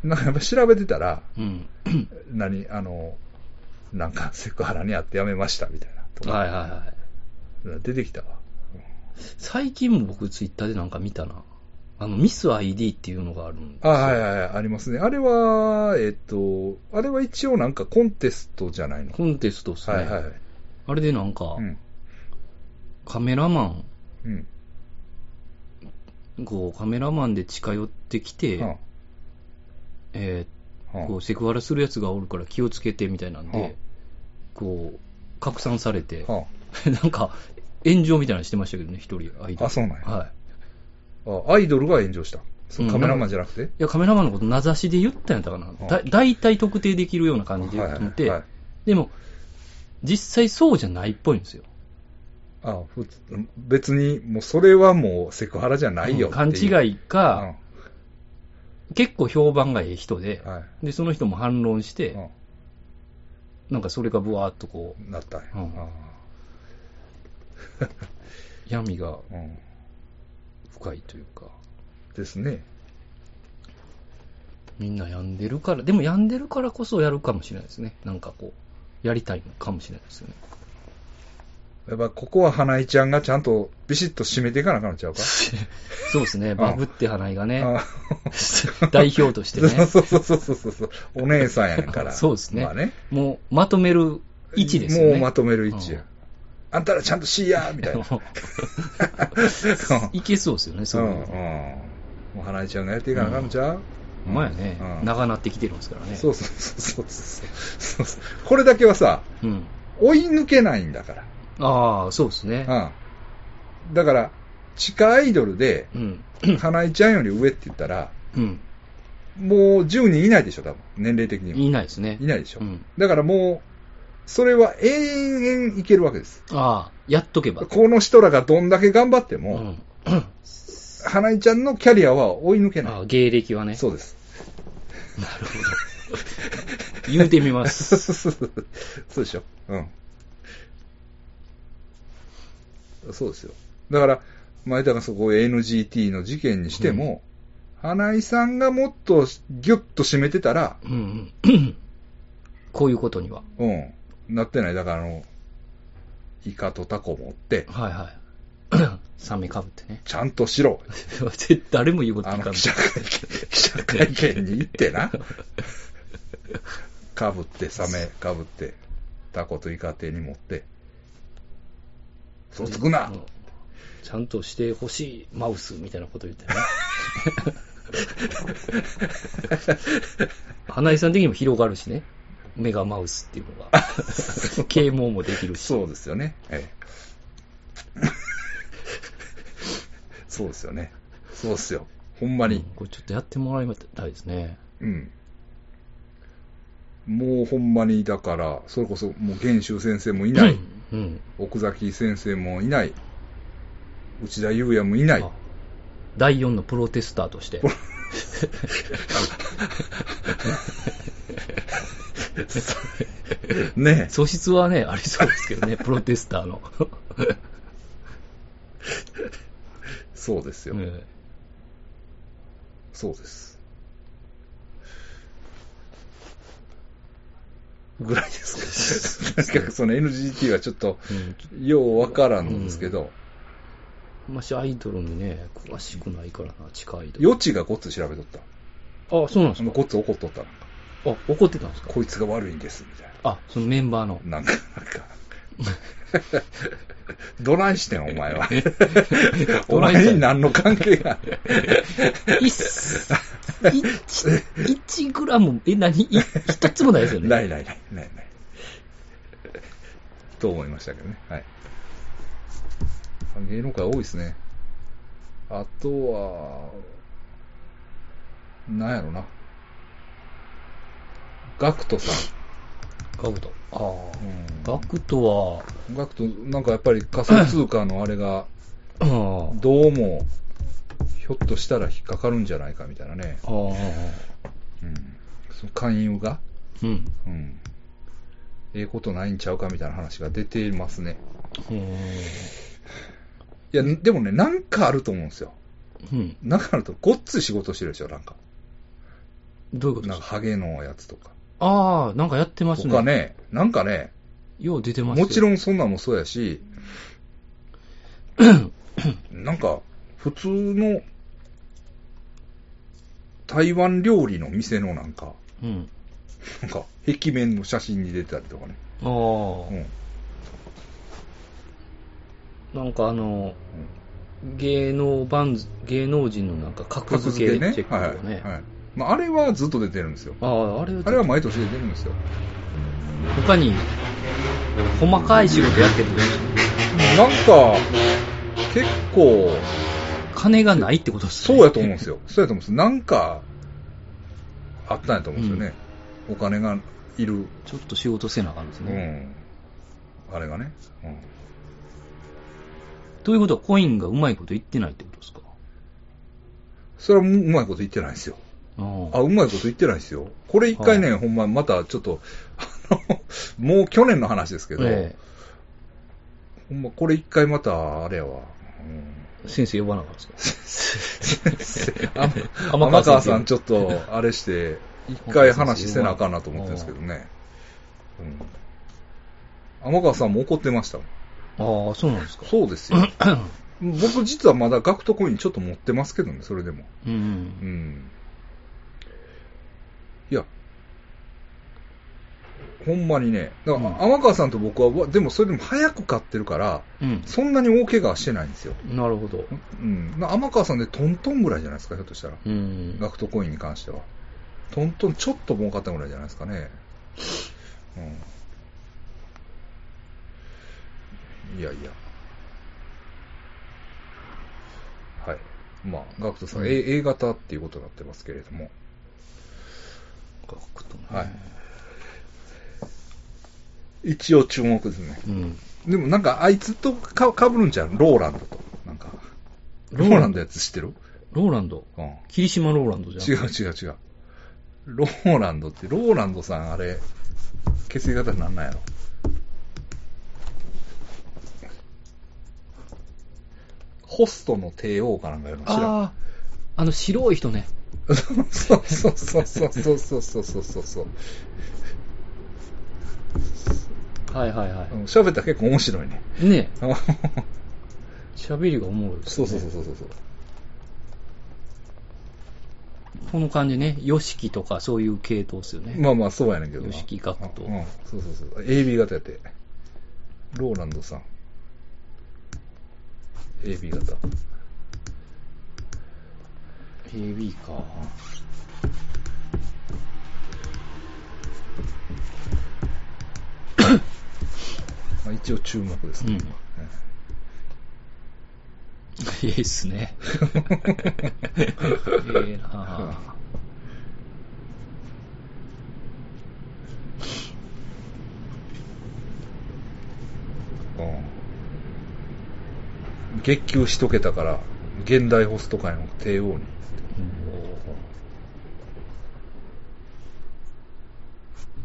なんかやっぱ調べてたら
うん。
何あのなんかセクハラにあってやめましたみたいなとか、
はいはいはい。
出てきたわ
最近も僕ツイッターでなんか見たな。あの、ミス ID っていうのがあるんで
あ
すよ。
はいはいはい、ありますね。あれは、えっと、あれは一応なんかコンテストじゃないの。
コンテストですね。
はいはいはい。
あれでなんか、
うん。
カメラマ
うん。
ン、こう、カメラマンで近寄ってきて、
は
え
あ
ー
はあ
こう、セクハラするやつがおるから気をつけてみたいなんで、
はあ
こう、拡散されて、
は
なんか、炎上みたいなのしてましたけどね、一人、アイドル。
あそうなんや
はい。
ああアイドルが炎上した。そうの
ん
カメラマンじゃなくて、
いや、カメラマンのこと名指しで言ったんやったかな。だ大体特定できるような感じで言
はい
っ
はい
てみて、
はい
でも、実際そうじゃないっぽいんですよ。
あふつ別に、もうそれはもうセクハラじゃないよ
うん
って
勘違
いう。
いか、結構評判がええ人で
うん、は
で、その人も反論し
い。
て、
う。
なんかそれがブワーっとこうん
なったんや。
うん
あ
闇が
あうん。
深いというか、
ですね。
みんな病んでるから、でも病んでるからこそやるかもしれないですね。なんかこう、やりたいのかもしれないですよね。
やっぱここは花井ちゃんがちゃんとビシッと締めていかなあかんのちゃうか。
そうですね、バブって花井がね、
あ
代表としてね、
そうそうそうそうそうそう。お姉さんやねんから。
そうですね
まあね。
もうまとめる位置ですよね。
もうまとめる位置や。
うん
あんたらちゃんとしやみたいな。
いけそうですよね、
う
そう い
ん、う。
うん
もう花江ちゃんがやっていかなあかんのちゃう、
ほんまやね、
うん
長なってきてるんですからね。
そうそうそうそうそうそうそう。これだけはさ、
うん。
追い抜けないんだか
ああ、そうですね。
ら。うん。だから、地下アイドルで、
うん。
花江ちゃんより上って言ったら、
うん。
もう10人いないでしょ、多分。年齢的には。
いないですね。
いないでしょ。
うん。
だからもう、それは延々いけるわけです。
ああ、やっとけば。
この人らがどんだけ頑張って
う
も、
ん。
花井ちゃんのキャリアは追い抜け
あ
な。
あ、芸歴はいね。
そうです。
なるほど。言うてみます。
そうでしょ。うん。そうですよ。だから、前田がそこを NGT の事件にしても、花井さんがもっとギュッと締めてたら、
うんうん。こういうことには。
うん、なってない。だから、あの、イカとタコ持って、
はいはい。 サメかぶってね。
ちゃんとしろ。
絶対誰も言うこと
あ
聞か
の
ん
記者会見、記者会見に行ってな。かぶって、サメかぶって、タコとイカ手に持って、そうつくな
うんちゃんとしてほしいマウスみたいなこと言って ね。花井さん的にも広がるしね。メガマウスっていうのが。 啓蒙もできるし。
そうですよね。ええ、 そうですよね。そうですよ。ほんま
う
に
ん。これちょっとやってもらいたいですね。
うん。もうほんまに、だから、それこそ、もう、玄州先生もいない、
うん。
奥崎先生もいない、内田裕也もいない
あ、第4のプロテスターとして。
ね
素質はね、ありそうですけどね、プロテスターの。
え、そうですよ。
うん
そうです。ぐらいですか。なんかその NGT はちょっと、
うん
ようわからんのですけど、
ましアイドルにね、詳しくないからな、近いと。
余地がごっつ調べとった。
あ、そうなんで
あ
す
の
か
ごっつ怒っとったの。
あ、怒ってたんですか
こいつが悪いんです、みたい
あ、そのメンバー の。
な。なんか、なんか。どないしてん、お前は。お前に何の関係が。
一す、一、一グラム、え、何い一つもないですよね。
ないないない、ないない。と思いましたけどね。はい。芸能界多いですね。あとは、なんやろな。ガクトさ
ガクト。あ
ん。
あ。
う
ガクトは、
ん、ガクト、なんかやっぱり仮想通貨のあれが、
あー
どうも、ひょっとしたら引っかかるんじゃないかみたいなね。
あー。
うん。その勧誘が、
うん。
うん。ええことないんちゃうかみたいな話が出ていますね。
う
いや、でもね、なんかあると思うんですよ。
ん。
なんかあると、ごっつい仕事してるでしょ、なんか。
どういうことで
なん
す
か、
か
ハゲのやつとか。
ああ、なんかやってます
と
ね。
かね、なんかね、
よう出てます
もちろ
ん。
んそんなんもそうやし、なんか、普通の、台湾料理の店のなんか、
うん。
なんか、壁面の写真に出てたりとかね。
あ
うん。
あ、なんかあの、芸能番、芸能人のなんか格
格付
付
け
け
ね。
チェック
はい
とかね。。
はい。まあ、あれはずっと出てるんですよ。
ああ、あれは
あれは毎年出てるんですよ。
他に、細かい仕事やってるんですよ
なんか、結構、
金がないってことっす
そ
ね
うやと思うん ですよ。そうやと思うんです。なんか、あったんやと思うんですよね。お金がいる。
ちょっと仕事せなあかんです
う
ね。
ん。あれがね。うん。
ということはコインがうまいこと言ってないってことですか
それはもううまいこと言ってないんですよ。
うん
あ、うまいこと言ってないんですよ。これ一回ね、ほんま、またちょっと、あの、もう去年の話ですけど、
え
ほんま、これ一回また、あれやわ。うん
え先生呼ばなかったです か
あ
天
天
川先生
川さん、ちょっ と、あれして、一回話せなあかんなと思ってるんですけどね。うん。天川さんも怒ってましたもん。
ああ、そうなんですか。
そうですよ。僕実はまだガクトコインちょっと持ってますけどね、それでも。
う。
うんん。いや、ほんまにね、だか
うん
ら天川さんと僕は、わでもそれでも早く買ってるから、
うん。
そんなに大怪我はしてないんですよ。
なるほど。
うん。な天川さんでトントンぐらいじゃないですか、ひょっとしたら。
うん。
ガクトコインに関しては。トントンちょっと儲かったぐらいじゃないですかね。うん。いやいや。はい。まあ、ガクトさん、
うん
A, A 型っていうことになってますけれども。
ガクトね
はい
一応注目ですね。
うん。
でもなんかあいつとかかぶるんちゃうローランドと。なんか、ローランドやつ知ってる
ローランド。
うん。
霧島ローランドじ
違
ゃ。
うん違う違う。ローランドって、ローランドさんあれ、血液型なんなんやろホストの帝王かなんかやるの知らん。
ああ、あの白い人ね。
そうそうそうそうそうそうそうそうそうそう。
はいはいは
うん喋ったら結構面白いね。
い。ね
うん
え、喋りがおもろい、
そうそうそう。そうそう。
この感じね、ヨシキとかそういう系統ですよね。
まあまあ、そうやねんけどな。
吉木学徒
うん、そうそうそう。AB 型やって。ローランドさん。AB 型。
AB か。
まあ、一応注目です
うん
ね。。
いいっすね。ええなあ
うん月給一桁から、現代ホスト界の帝王に。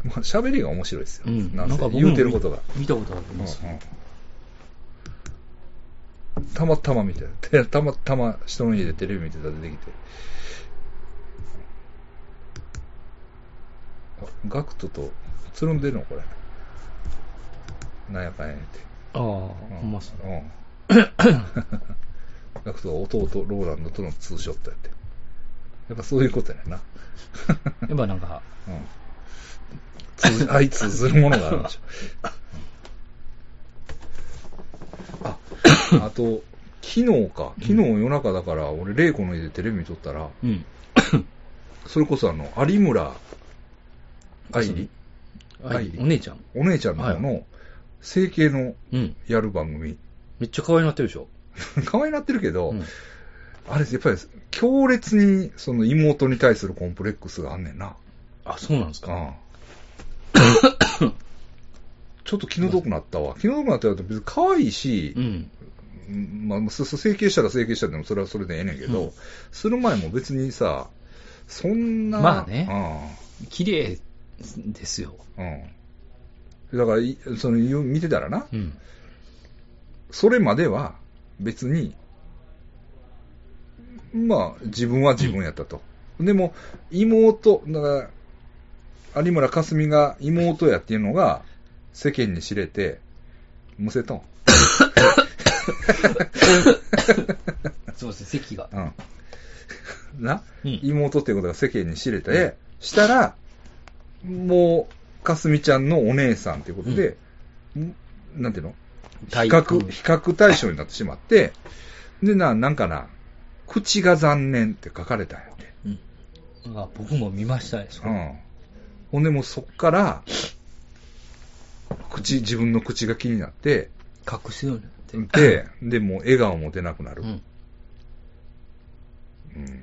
まあ、喋りが面白いですよ。
うん。
なん
な
せ
んか僕も
言うてることが。
見たことあり
うんう
ます。
んたまたま見てた。たまたま人の家でテレビ見てたら出てきて。あガクトとつるんでるのこれ。なんやかんや言うて。
ああ、ほ
うん
まっすね。
うん。ガクトは弟、ローランドとのツーショットやって。やっぱそういうことやねんな。
やっぱなんか、
うん。通じ、相通ずるものがあるんでしょ。あ、あと、昨日か。昨日夜中だから、俺、玲子の家でテレビ見とったら、
うん。
それこそあの、有村愛理、
あ
はい
お姉ちゃん。
お姉ちゃんの方の、整形の
うん。
やる番組。
めっちゃ可愛いなってるでしょ。
可愛いなってるけど、
うん
あれ、やっぱり、強烈に、その妹に対するコンプレックスがあんねんな。
あ、そうなんですか。
うん。ちょっと気の毒なったわ。気の毒なったら別に可愛いし
う、ん。
まあ、そそ整形したら整形したでもそれはそれでええねんけど、
うん
する前も別にさ、そんな、
まあね綺麗ですよ。
うん、うん。だからい、その、言う見てたらな、
うん。
それまでは別に、まあ、自分は自分やったと。でも、妹、だから、有村架純が妹やっていうのが、世間に知れて、むせとん。
そうですね、席が。
うん。 な、
うん
妹っていうことが世間に知れて、したら、もう、かすみちゃんのお姉さんっていうことで、んなんていうの比
体
較、比較対象になってしまって、でな、なんかな、口が残念って書かれたんやって。
うん。あ僕も見ましたね、そうれ
ん。ほんでもうそっから、口、自分の口が気になって、
隠すようになって。
で、で、もう笑顔も出なくなる。
うん。
うん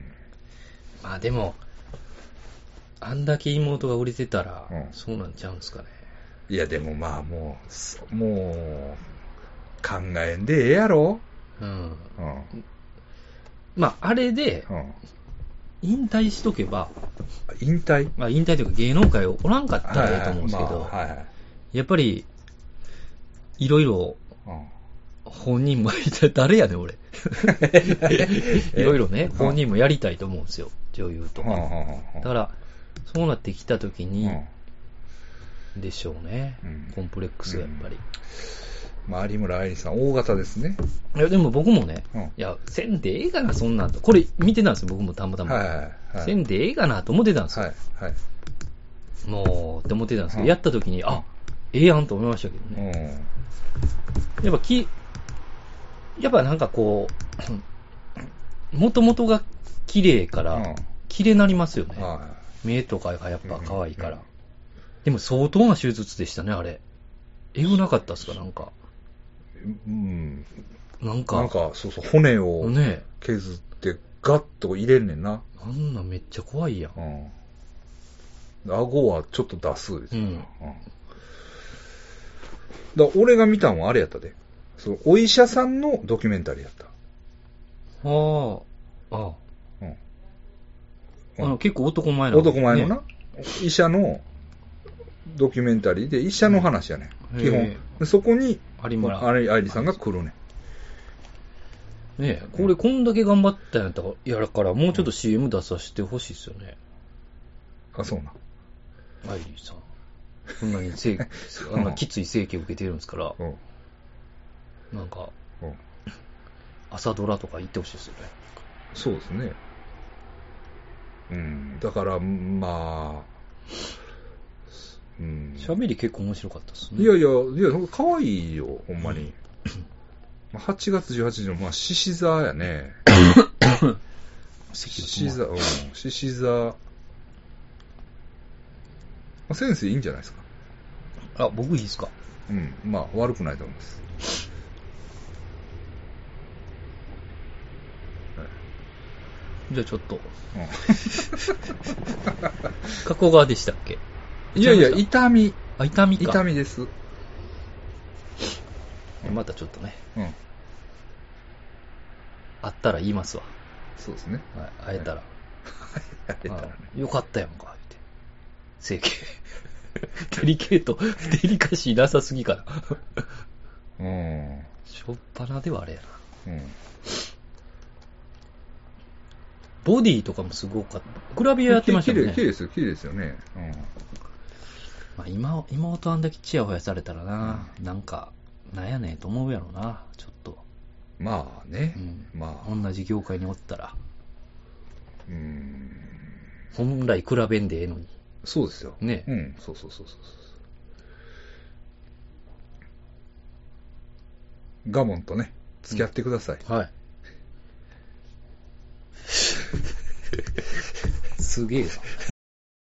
まあでも、あんだけ妹が売れてたら、
うん
そうなんちゃうんですかね。
いや、でもまあ、もうそ、もう、考えんでええやろ
うん。
うん。
まあ、あれで、
うん。
引退しとけば、
引退
まあ、引退というか芸能界おらんかったらええと思うんですけど、
はいはいま
やっぱり、いろいろ、
あはい。
本人もやりたい、 誰やね ん、俺。いろいろね、本人もやりたいと思うんですよ、女優と
うん。はあは
か。
あ
だ
はあ
から、そうなってきた時に、
うん
でしょうね
うん。
コンプレックスがやっぱり。
まあ、有村愛理さん、大型ですね。
いや、でも僕もね、
うん。はい
や、せんでええかな、そんなんと。これ見てたんですよ、僕もたまた
い
ま。
はいはい。
せんでええかなと思ってたんです
は
よ。
いはい。
もう、って思ってたんですけ
う
ど、
ん
やった時に、あ、ええやんと思いましたけど
う
ね。
ん。
やっぱき、やっぱなんかこう、 もともとが綺麗か
うん
ら、綺麗になりますよね。
は
目とかがやっぱ可愛いか
うん
ら。でも相当な手術でしたね、あれ。えぐなかったっすか、なんか。
い。うん。
な
な
ん
ん
か、
か、そうそう、骨を
ね、
削って、ガッと入れんねんな。
あんなんめっちゃ怖いやん
う。ん。顎はちょっと出す。
うん
うんだから俺が見たんはあれやったで。そのお医者さんのドキュメンタリーやった。
ああ。あ
うん
あ。あの、結構男前なの
男前のな、
ね
医者のドキュメンタリーで、医者の話やね、、
うんん
基
へ
本。でそこに、
有村。
あれ愛理さんが来るね。
ねえこれこんだけ頑張ったんやったから、やだからもうちょっと CM 出させてほしいですよね。
あ、そうな。
アイリーさん。そんなに 正あんなきつい整形受けてるんですから、
うん。
なんか、
うん、
朝ドラとか行ってほしいですよね。
そうですね。うん。だから、まあ、うん。
喋り結構面白かったですね。
いやいや、いや、可愛いよ、ほんまに。まあ8月18日の、まあ、獅子座や ね。
席
獅
が
子座、うん、獅子座。まあ、センスいいんじゃないですか。
あ、僕いいですか。
うん、まあ、悪くないと思います。
じゃあちょっと。
う
加古川でしたっけ
ん、いやいや、
違ました
痛み、
あ、痛みか。
痛みです。うん。
またちょっとね、あったら言いますわ。
そうですね。
はい、会えたら。
やれたらね。
あよかったやんか、って。整形。 デリケート、 デリカシーなさすぎかな。
う
しょっぱなではあれやな。
ん。うん。
ボディとかもすごかった。グラビアやってましたもん
き綺麗綺麗
ね。
ですよ、綺麗ですよね。
まあ、今妹あんだけチヤホヤされたらな、なんか、なんやねんと思うやろな、ちょっと。
うん。まあね
う。ん。
まあ、
同じ業界におったら、
うん。
本来比べんでええのに。
そうですよ。
ね
うん、そうそうそうそうそう。ガモンとね、付き合ってください。
はい。 すげえな。